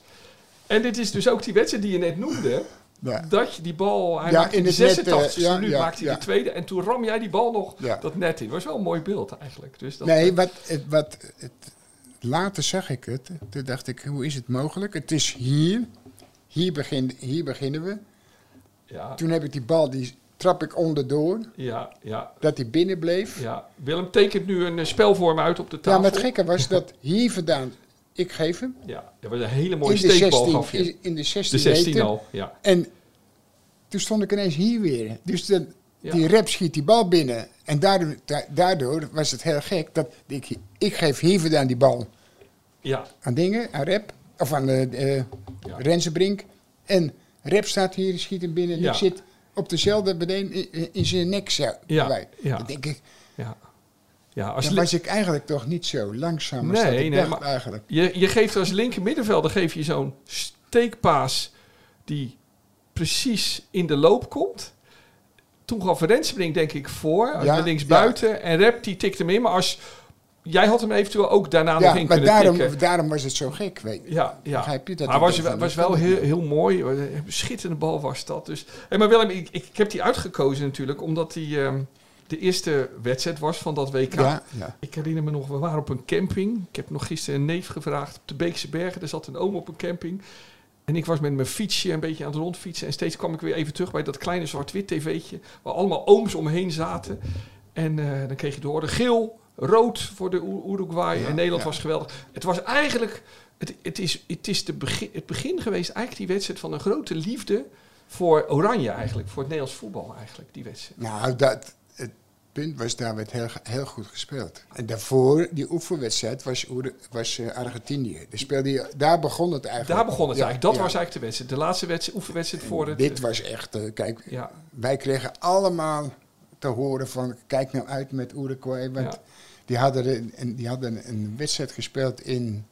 Speaker 1: En dit is dus ook die wedstrijd die je net noemde.
Speaker 2: Ja.
Speaker 1: Dat je die bal, hij
Speaker 2: Ja,
Speaker 1: maakte
Speaker 2: in
Speaker 1: de
Speaker 2: het net,
Speaker 1: 86
Speaker 2: eh, ja,
Speaker 1: nu
Speaker 2: ja,
Speaker 1: maakte hij
Speaker 2: ja.
Speaker 1: de tweede. En toen ram jij die bal nog
Speaker 2: Ja.
Speaker 1: dat net in. was wel een mooi beeld eigenlijk. Dus dat,
Speaker 2: Nee,
Speaker 1: eh,
Speaker 2: wat, het, wat, het, later zag ik het. Toen dacht ik, hoe is het mogelijk? Het is hier. Hier, begin, hier beginnen we.
Speaker 1: ja,
Speaker 2: Toen heb ik die bal, die trap ik onderdoor.
Speaker 1: ja, ja,
Speaker 2: Dat die binnen bleef. Ja,
Speaker 1: ja. Willem tekent nu een eh, spelvorm uit op de tafel.
Speaker 2: maar het gekke was dat hier vandaan, ik geef hem.
Speaker 1: Ja, dat was een hele mooie
Speaker 2: in, de
Speaker 1: steekbal
Speaker 2: 16,
Speaker 1: gaf je.
Speaker 2: in, in de 16
Speaker 1: de 16
Speaker 2: meter.
Speaker 1: al, ja.
Speaker 2: En toen stond ik ineens hier weer. Dus de-
Speaker 1: Ja.
Speaker 2: die rep schiet die bal binnen. En daardoor, da- daardoor was het heel gek dat ik, ik geef hier vandaan die bal.
Speaker 1: Ja,
Speaker 2: aan dingen, aan Rep, of aan eh eh,
Speaker 1: Ja.
Speaker 2: Rensenbrink. En Rep staat hier, schiet hem binnen. En
Speaker 1: Ja.
Speaker 2: ik zit op dezelfde beneden in, in zijn nek zo.
Speaker 1: Ja,
Speaker 2: bij.
Speaker 1: ja.
Speaker 2: Dan denk ik,
Speaker 1: ja. ja als
Speaker 2: dan
Speaker 1: li-
Speaker 2: was ik eigenlijk toch niet zo langzaam als
Speaker 1: Nee,
Speaker 2: dat ik
Speaker 1: nee,
Speaker 2: dacht
Speaker 1: maar-
Speaker 2: eigenlijk.
Speaker 1: je, je geeft als linker middenvelder geef je zo'n steekpaas die precies in de loop komt. Toen gaf Rensbrink denk ik voor, als
Speaker 2: Ja,
Speaker 1: de linksbuiten. En Rep die tikte hem in, maar als... Jij had hem eventueel ook daarna nog
Speaker 2: Ja,
Speaker 1: in
Speaker 2: maar
Speaker 1: kunnen
Speaker 2: daarom,
Speaker 1: tikken.
Speaker 2: daarom was het zo gek, weet je.
Speaker 1: Ja, ja.
Speaker 2: Begrijp je? Dat
Speaker 1: maar
Speaker 2: ik
Speaker 1: was,
Speaker 2: dacht
Speaker 1: wel-
Speaker 2: van,
Speaker 1: was
Speaker 2: dat
Speaker 1: wel
Speaker 2: kan
Speaker 1: heel,
Speaker 2: niet.
Speaker 1: heel mooi. Een schitterende bal was dat. Dus. Hé, maar Willem, ik, ik, ik heb die uitgekozen natuurlijk omdat die ehm, de eerste wedstrijd was van dat WK.
Speaker 2: Ja, ja.
Speaker 1: Ik herinner me nog, we waren op een camping. Ik heb nog gisteren een neef gevraagd op de Beekse Bergen. Er zat een oom op een camping. En ik was met mijn fietsje een beetje aan het rondfietsen. En steeds kwam ik weer even terug bij dat kleine zwart-wit tv'tje. Waar allemaal ooms omheen zaten. En eh, dan kreeg je te horen geel, rood voor de Oer- Uruguay. en Nederland
Speaker 2: ja.
Speaker 1: was geweldig. Het was eigenlijk, het, het is, het is de begin, het begin geweest eigenlijk die wedstrijd van een grote liefde voor Oranje eigenlijk. Voor het Nederlands voetbal eigenlijk, die wedstrijd.
Speaker 2: Nou, dat, het punt was, daar werd heel, heel goed gespeeld. En daarvoor, die oefenwedstrijd, was, Oer- was eh, Argentinië. Daar, speelde je, daar begon het eigenlijk.
Speaker 1: Daar begon het
Speaker 2: Ja,
Speaker 1: eigenlijk. Dat
Speaker 2: ja.
Speaker 1: was eigenlijk de wedstrijd. De laatste wedstrijd, oefenwedstrijd voor het...
Speaker 2: Dit was echt, eh, kijk,
Speaker 1: Ja.
Speaker 2: wij kregen allemaal te horen van kijk nou uit met Uruguay. Want
Speaker 1: Ja.
Speaker 2: die, hadden een- een, die hadden een wedstrijd gespeeld in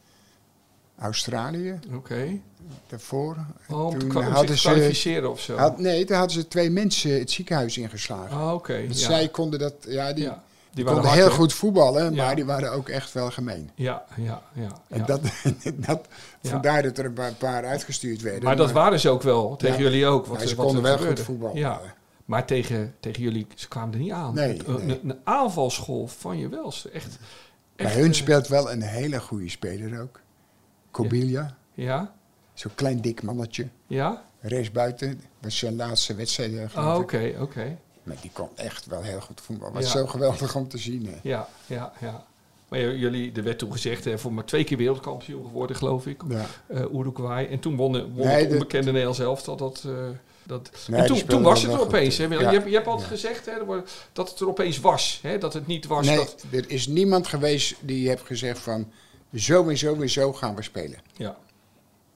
Speaker 2: Australië
Speaker 1: Oké.
Speaker 2: daarvoor. En
Speaker 1: Oh, om te
Speaker 2: toen
Speaker 1: kwa- om zich
Speaker 2: hadden
Speaker 1: te
Speaker 2: ze,
Speaker 1: kwalificeren of zo.
Speaker 2: had, nee, toen hadden ze twee mensen het ziekenhuis ingeslagen.
Speaker 1: Ah, oké. ja.
Speaker 2: Want Zij konden dat, ja, die,
Speaker 1: Ja.
Speaker 2: die
Speaker 1: waren
Speaker 2: konden
Speaker 1: hard,
Speaker 2: heel
Speaker 1: hè?
Speaker 2: goed voetballen,
Speaker 1: Ja.
Speaker 2: maar die waren ook echt wel gemeen.
Speaker 1: Ja, ja, ja.
Speaker 2: En
Speaker 1: ja.
Speaker 2: dat, <laughs> dat, vandaar dat er een paar, paar uitgestuurd werden.
Speaker 1: maar dat waren ze ook wel. Tegen
Speaker 2: Ja.
Speaker 1: jullie ook. Wat,
Speaker 2: Ja, ze
Speaker 1: er- wat
Speaker 2: konden
Speaker 1: er
Speaker 2: wel
Speaker 1: gebeurde.
Speaker 2: goed voetballen.
Speaker 1: Ja. Maar tegen, tegen jullie, ze kwamen er niet aan.
Speaker 2: Nee,
Speaker 1: een, een-
Speaker 2: nee.
Speaker 1: een aanvalsgolf van je wels. Echt.
Speaker 2: Bij
Speaker 1: echt,
Speaker 2: hun
Speaker 1: eh,
Speaker 2: speelt wel een hele goede speler ook. Kobilia.
Speaker 1: Ja,
Speaker 2: Zo'n klein dik mannetje.
Speaker 1: ja.
Speaker 2: Race buiten. Dat was zijn laatste wedstrijd. eh, geloof
Speaker 1: Ah,
Speaker 2: ik.
Speaker 1: Oké, oké.
Speaker 2: Maar die kon echt wel heel goed voetballen. Was
Speaker 1: Ja.
Speaker 2: zo geweldig om te zien. eh. hè.
Speaker 1: Ja, ja, ja. Maar j- jullie, er werd toen gezegd, hè, voor maar twee keer wereldkampioen geworden, geloof ik.
Speaker 2: Ja.
Speaker 1: eh, Uruguay. En toen won, won
Speaker 2: Nee,
Speaker 1: het
Speaker 2: dat-
Speaker 1: onbekende Nederlands elftal dat... eh, dat
Speaker 2: Nee,
Speaker 1: en
Speaker 2: die
Speaker 1: toen,
Speaker 2: speelden
Speaker 1: toen was het
Speaker 2: wel
Speaker 1: er
Speaker 2: goed,
Speaker 1: opeens.
Speaker 2: hè.
Speaker 1: Hè? Willem?
Speaker 2: Ja.
Speaker 1: Je, hebt, je hebt altijd gezegd hè, er worden- dat het er opeens was. Hè? Dat het niet was.
Speaker 2: Nee,
Speaker 1: Dat,
Speaker 2: er is niemand geweest die heeft gezegd van... Zo en zo en zo gaan we spelen.
Speaker 1: ja,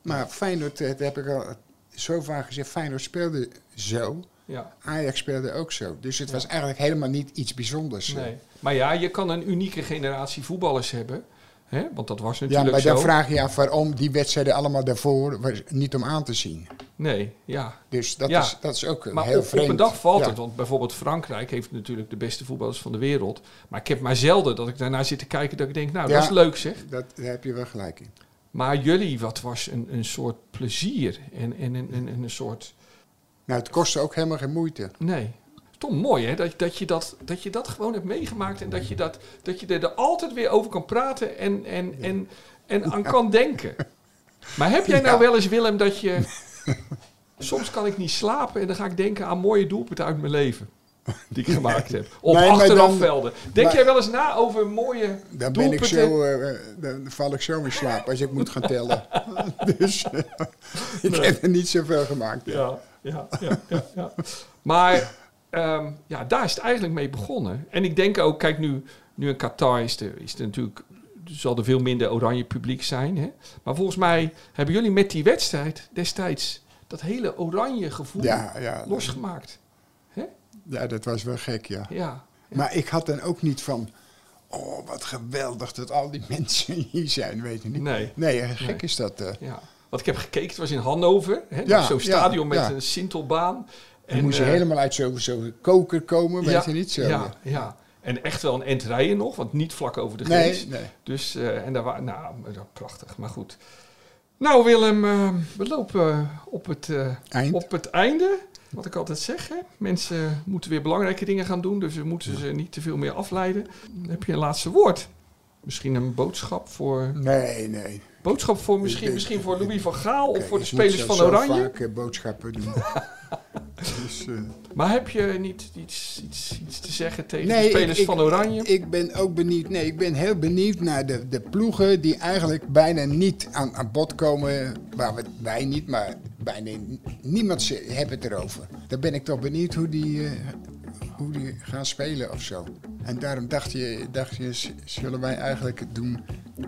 Speaker 2: Maar Feyenoord, eh, dat heb ik al zo vaak gezegd. Feyenoord speelde zo.
Speaker 1: ja,
Speaker 2: Ajax speelde ook zo. Dus het was eigenlijk helemaal niet iets bijzonders. hè.
Speaker 1: nee. Maar ja, je kan een unieke generatie voetballers hebben. Hè? Want dat was
Speaker 2: Ja,
Speaker 1: natuurlijk
Speaker 2: maar
Speaker 1: zo.
Speaker 2: dan vraag je je af waarom die wedstrijden allemaal daarvoor was niet om aan te zien.
Speaker 1: Nee, ja.
Speaker 2: Dus dat,
Speaker 1: Ja.
Speaker 2: is, dat is ook eh,
Speaker 1: Maar
Speaker 2: heel
Speaker 1: op, op
Speaker 2: vreemd.
Speaker 1: een dag valt
Speaker 2: Ja.
Speaker 1: het. Want bijvoorbeeld Frankrijk heeft natuurlijk de beste voetballers van de wereld. Maar ik heb maar zelden dat ik daarna zit te kijken dat ik denk, nou,
Speaker 2: Ja.
Speaker 1: dat is leuk zeg.
Speaker 2: Dat, daar heb je wel gelijk in.
Speaker 1: Maar jullie, wat was een, een soort plezier en, en, en, en, en een soort...
Speaker 2: Nou, het kostte ook helemaal geen moeite.
Speaker 1: Nee. Toch mooi, hè? Dat, dat, je dat, dat je dat gewoon hebt meegemaakt en dat je, dat, dat je er, er altijd weer over kan praten en, en, en, en aan kan denken. Maar heb jij nou
Speaker 2: Ja.
Speaker 1: wel eens, Willem, dat je... <laughs> Soms kan ik niet slapen en dan ga ik denken aan mooie doelpunten uit mijn leven. Die ik gemaakt heb. Op
Speaker 2: Nee, maar dan-
Speaker 1: achterafvelden. Denk
Speaker 2: maar-
Speaker 1: jij wel eens na over mooie
Speaker 2: Dan ben ik
Speaker 1: doelpunten?
Speaker 2: zo, eh, eh, dan val ik zo in slaap als ik moet gaan
Speaker 1: <laughs>
Speaker 2: tellen. <laughs> dus eh, <laughs> ik heb er niet zoveel gemaakt.
Speaker 1: Ja, ja, ja, ja. ja. Maar ehm, ja, daar is het eigenlijk mee begonnen. En ik denk ook, kijk, nu, nu in Qatar is er, is er natuurlijk, zal er veel minder oranje publiek zijn. Hè? Maar volgens mij hebben jullie met die wedstrijd destijds dat hele oranje gevoel
Speaker 2: Ja, ja.
Speaker 1: losgemaakt.
Speaker 2: Ja, dat was wel gek, ja.
Speaker 1: Ja,
Speaker 2: Maar ik had dan ook niet van, oh, wat geweldig dat al die <laughs> mensen hier zijn, weet je niet.
Speaker 1: Nee.
Speaker 2: Nee, gek
Speaker 1: Nee.
Speaker 2: is dat. eh.
Speaker 1: Ja. Wat ik heb gekeken, het was in Hannover. Hè?
Speaker 2: Ja,
Speaker 1: Zo'n
Speaker 2: ja,
Speaker 1: stadion met
Speaker 2: ja.
Speaker 1: een sintelbaan.
Speaker 2: Dan moest je
Speaker 1: eh,
Speaker 2: helemaal uit zo'n zo koker komen, weet je niet. Zo. eh.
Speaker 1: Ja, ja. En echt wel een end rijden nog, want niet vlak over de
Speaker 2: Nee,
Speaker 1: grens.
Speaker 2: nee.
Speaker 1: Dus, eh, en daar waren, nou, eh, prachtig, maar goed. Nou Willem, eh, we lopen op het, eh,
Speaker 2: Eind.
Speaker 1: op het einde. Wat ik altijd zeg, hè? mensen moeten weer belangrijke dingen gaan doen, dus we moeten ze niet te veel meer afleiden. Dan heb je een laatste woord. Misschien een boodschap voor,
Speaker 2: Nee, nee.
Speaker 1: boodschap voor, misschien,
Speaker 2: denk-
Speaker 1: misschien voor Louis van Gaal
Speaker 2: Kijk,
Speaker 1: of voor de
Speaker 2: ik moet
Speaker 1: spelers van
Speaker 2: zo
Speaker 1: Oranje.
Speaker 2: vaak eh,
Speaker 1: <laughs>
Speaker 2: boodschappen doen. dus, eh,
Speaker 1: Maar heb je niet iets, iets, iets te zeggen tegen
Speaker 2: Nee,
Speaker 1: de
Speaker 2: ik-
Speaker 1: spelers
Speaker 2: ik-
Speaker 1: van Oranje?
Speaker 2: Ik ben ook benieuwd. Nee, ik ben heel benieuwd naar de, de ploegen die eigenlijk bijna niet aan, aan bod komen. Waar we, wij niet, maar bijna n- niemand ze- heeft het erover. Daar ben ik toch benieuwd hoe die, eh, hoe die gaan spelen of zo. En daarom dacht je, dacht je, z- zullen wij eigenlijk het doen?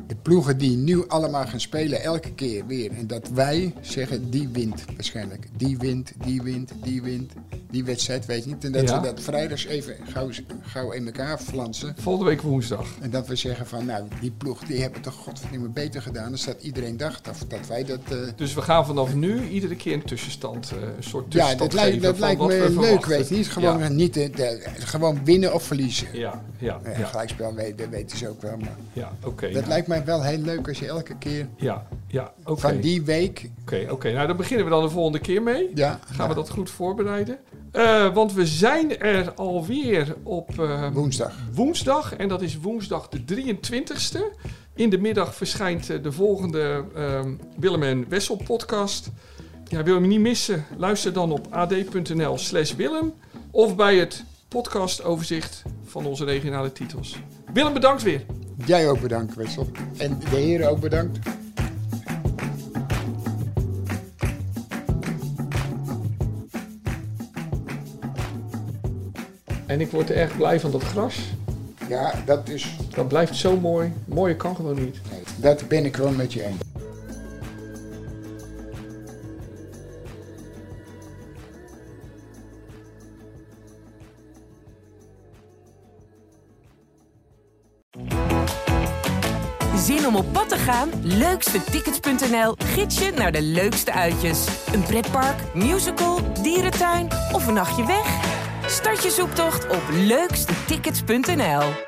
Speaker 2: De ploegen die nu allemaal gaan spelen, elke keer weer. En dat wij zeggen, die wint waarschijnlijk. Die wint, die wint, die wint. Die wedstrijd weet je niet. En dat
Speaker 1: Ja.
Speaker 2: we dat vrijdags even gauw, gauw in elkaar flansen.
Speaker 1: Volgende week woensdag.
Speaker 2: En dat we zeggen van, nou, die ploeg die hebben toch godverdomme beter gedaan. Dus dat iedereen dacht dat, dat wij dat... eh,
Speaker 1: Dus we gaan vanaf nu iedere keer een tussenstand, eh, een soort
Speaker 2: ja,
Speaker 1: tussenstand
Speaker 2: dat, lijkt,
Speaker 1: geven
Speaker 2: dat
Speaker 1: van
Speaker 2: lijkt
Speaker 1: wat we
Speaker 2: me leuk,
Speaker 1: verwachten.
Speaker 2: weet je niet? Gewoon,
Speaker 1: Ja,
Speaker 2: niet eh, de- gewoon winnen of verliezen.
Speaker 1: ja, ja,
Speaker 2: Eh,
Speaker 1: ja,
Speaker 2: Gelijkspel weet- dat weten ze ook wel. Maar
Speaker 1: ja, oké.
Speaker 2: dat
Speaker 1: ja.
Speaker 2: lijkt mij wel heel leuk als je elke keer
Speaker 1: Ja, ja, oké.
Speaker 2: van die week...
Speaker 1: Oké, oké. nou dan beginnen we dan de volgende keer mee.
Speaker 2: Ja,
Speaker 1: Gaan we dat goed voorbereiden? Eh, want we zijn er alweer op eh,
Speaker 2: woensdag.
Speaker 1: woensdag. En dat is woensdag de 23e. In de middag verschijnt eh, de volgende ehm, Willem en Wessel podcast. Ja, wil je hem niet missen? Luister dan op ad.nl slash Willem. Of bij het podcastoverzicht van onze regionale titels. Willem, bedankt weer.
Speaker 2: Jij ook bedankt, Wessel. En de heren ook bedankt.
Speaker 1: En ik word erg blij van dat gras.
Speaker 2: Ja, dat is...
Speaker 1: Dat blijft zo mooi. Mooier kan gewoon niet.
Speaker 2: nee, dat ben ik wel met je eens.
Speaker 6: Zin om op pad te gaan? Leukstetickets.nl gids je naar de leukste uitjes. Een pretpark, musical, dierentuin of een nachtje weg? Start je zoektocht op leukstetickets.nl.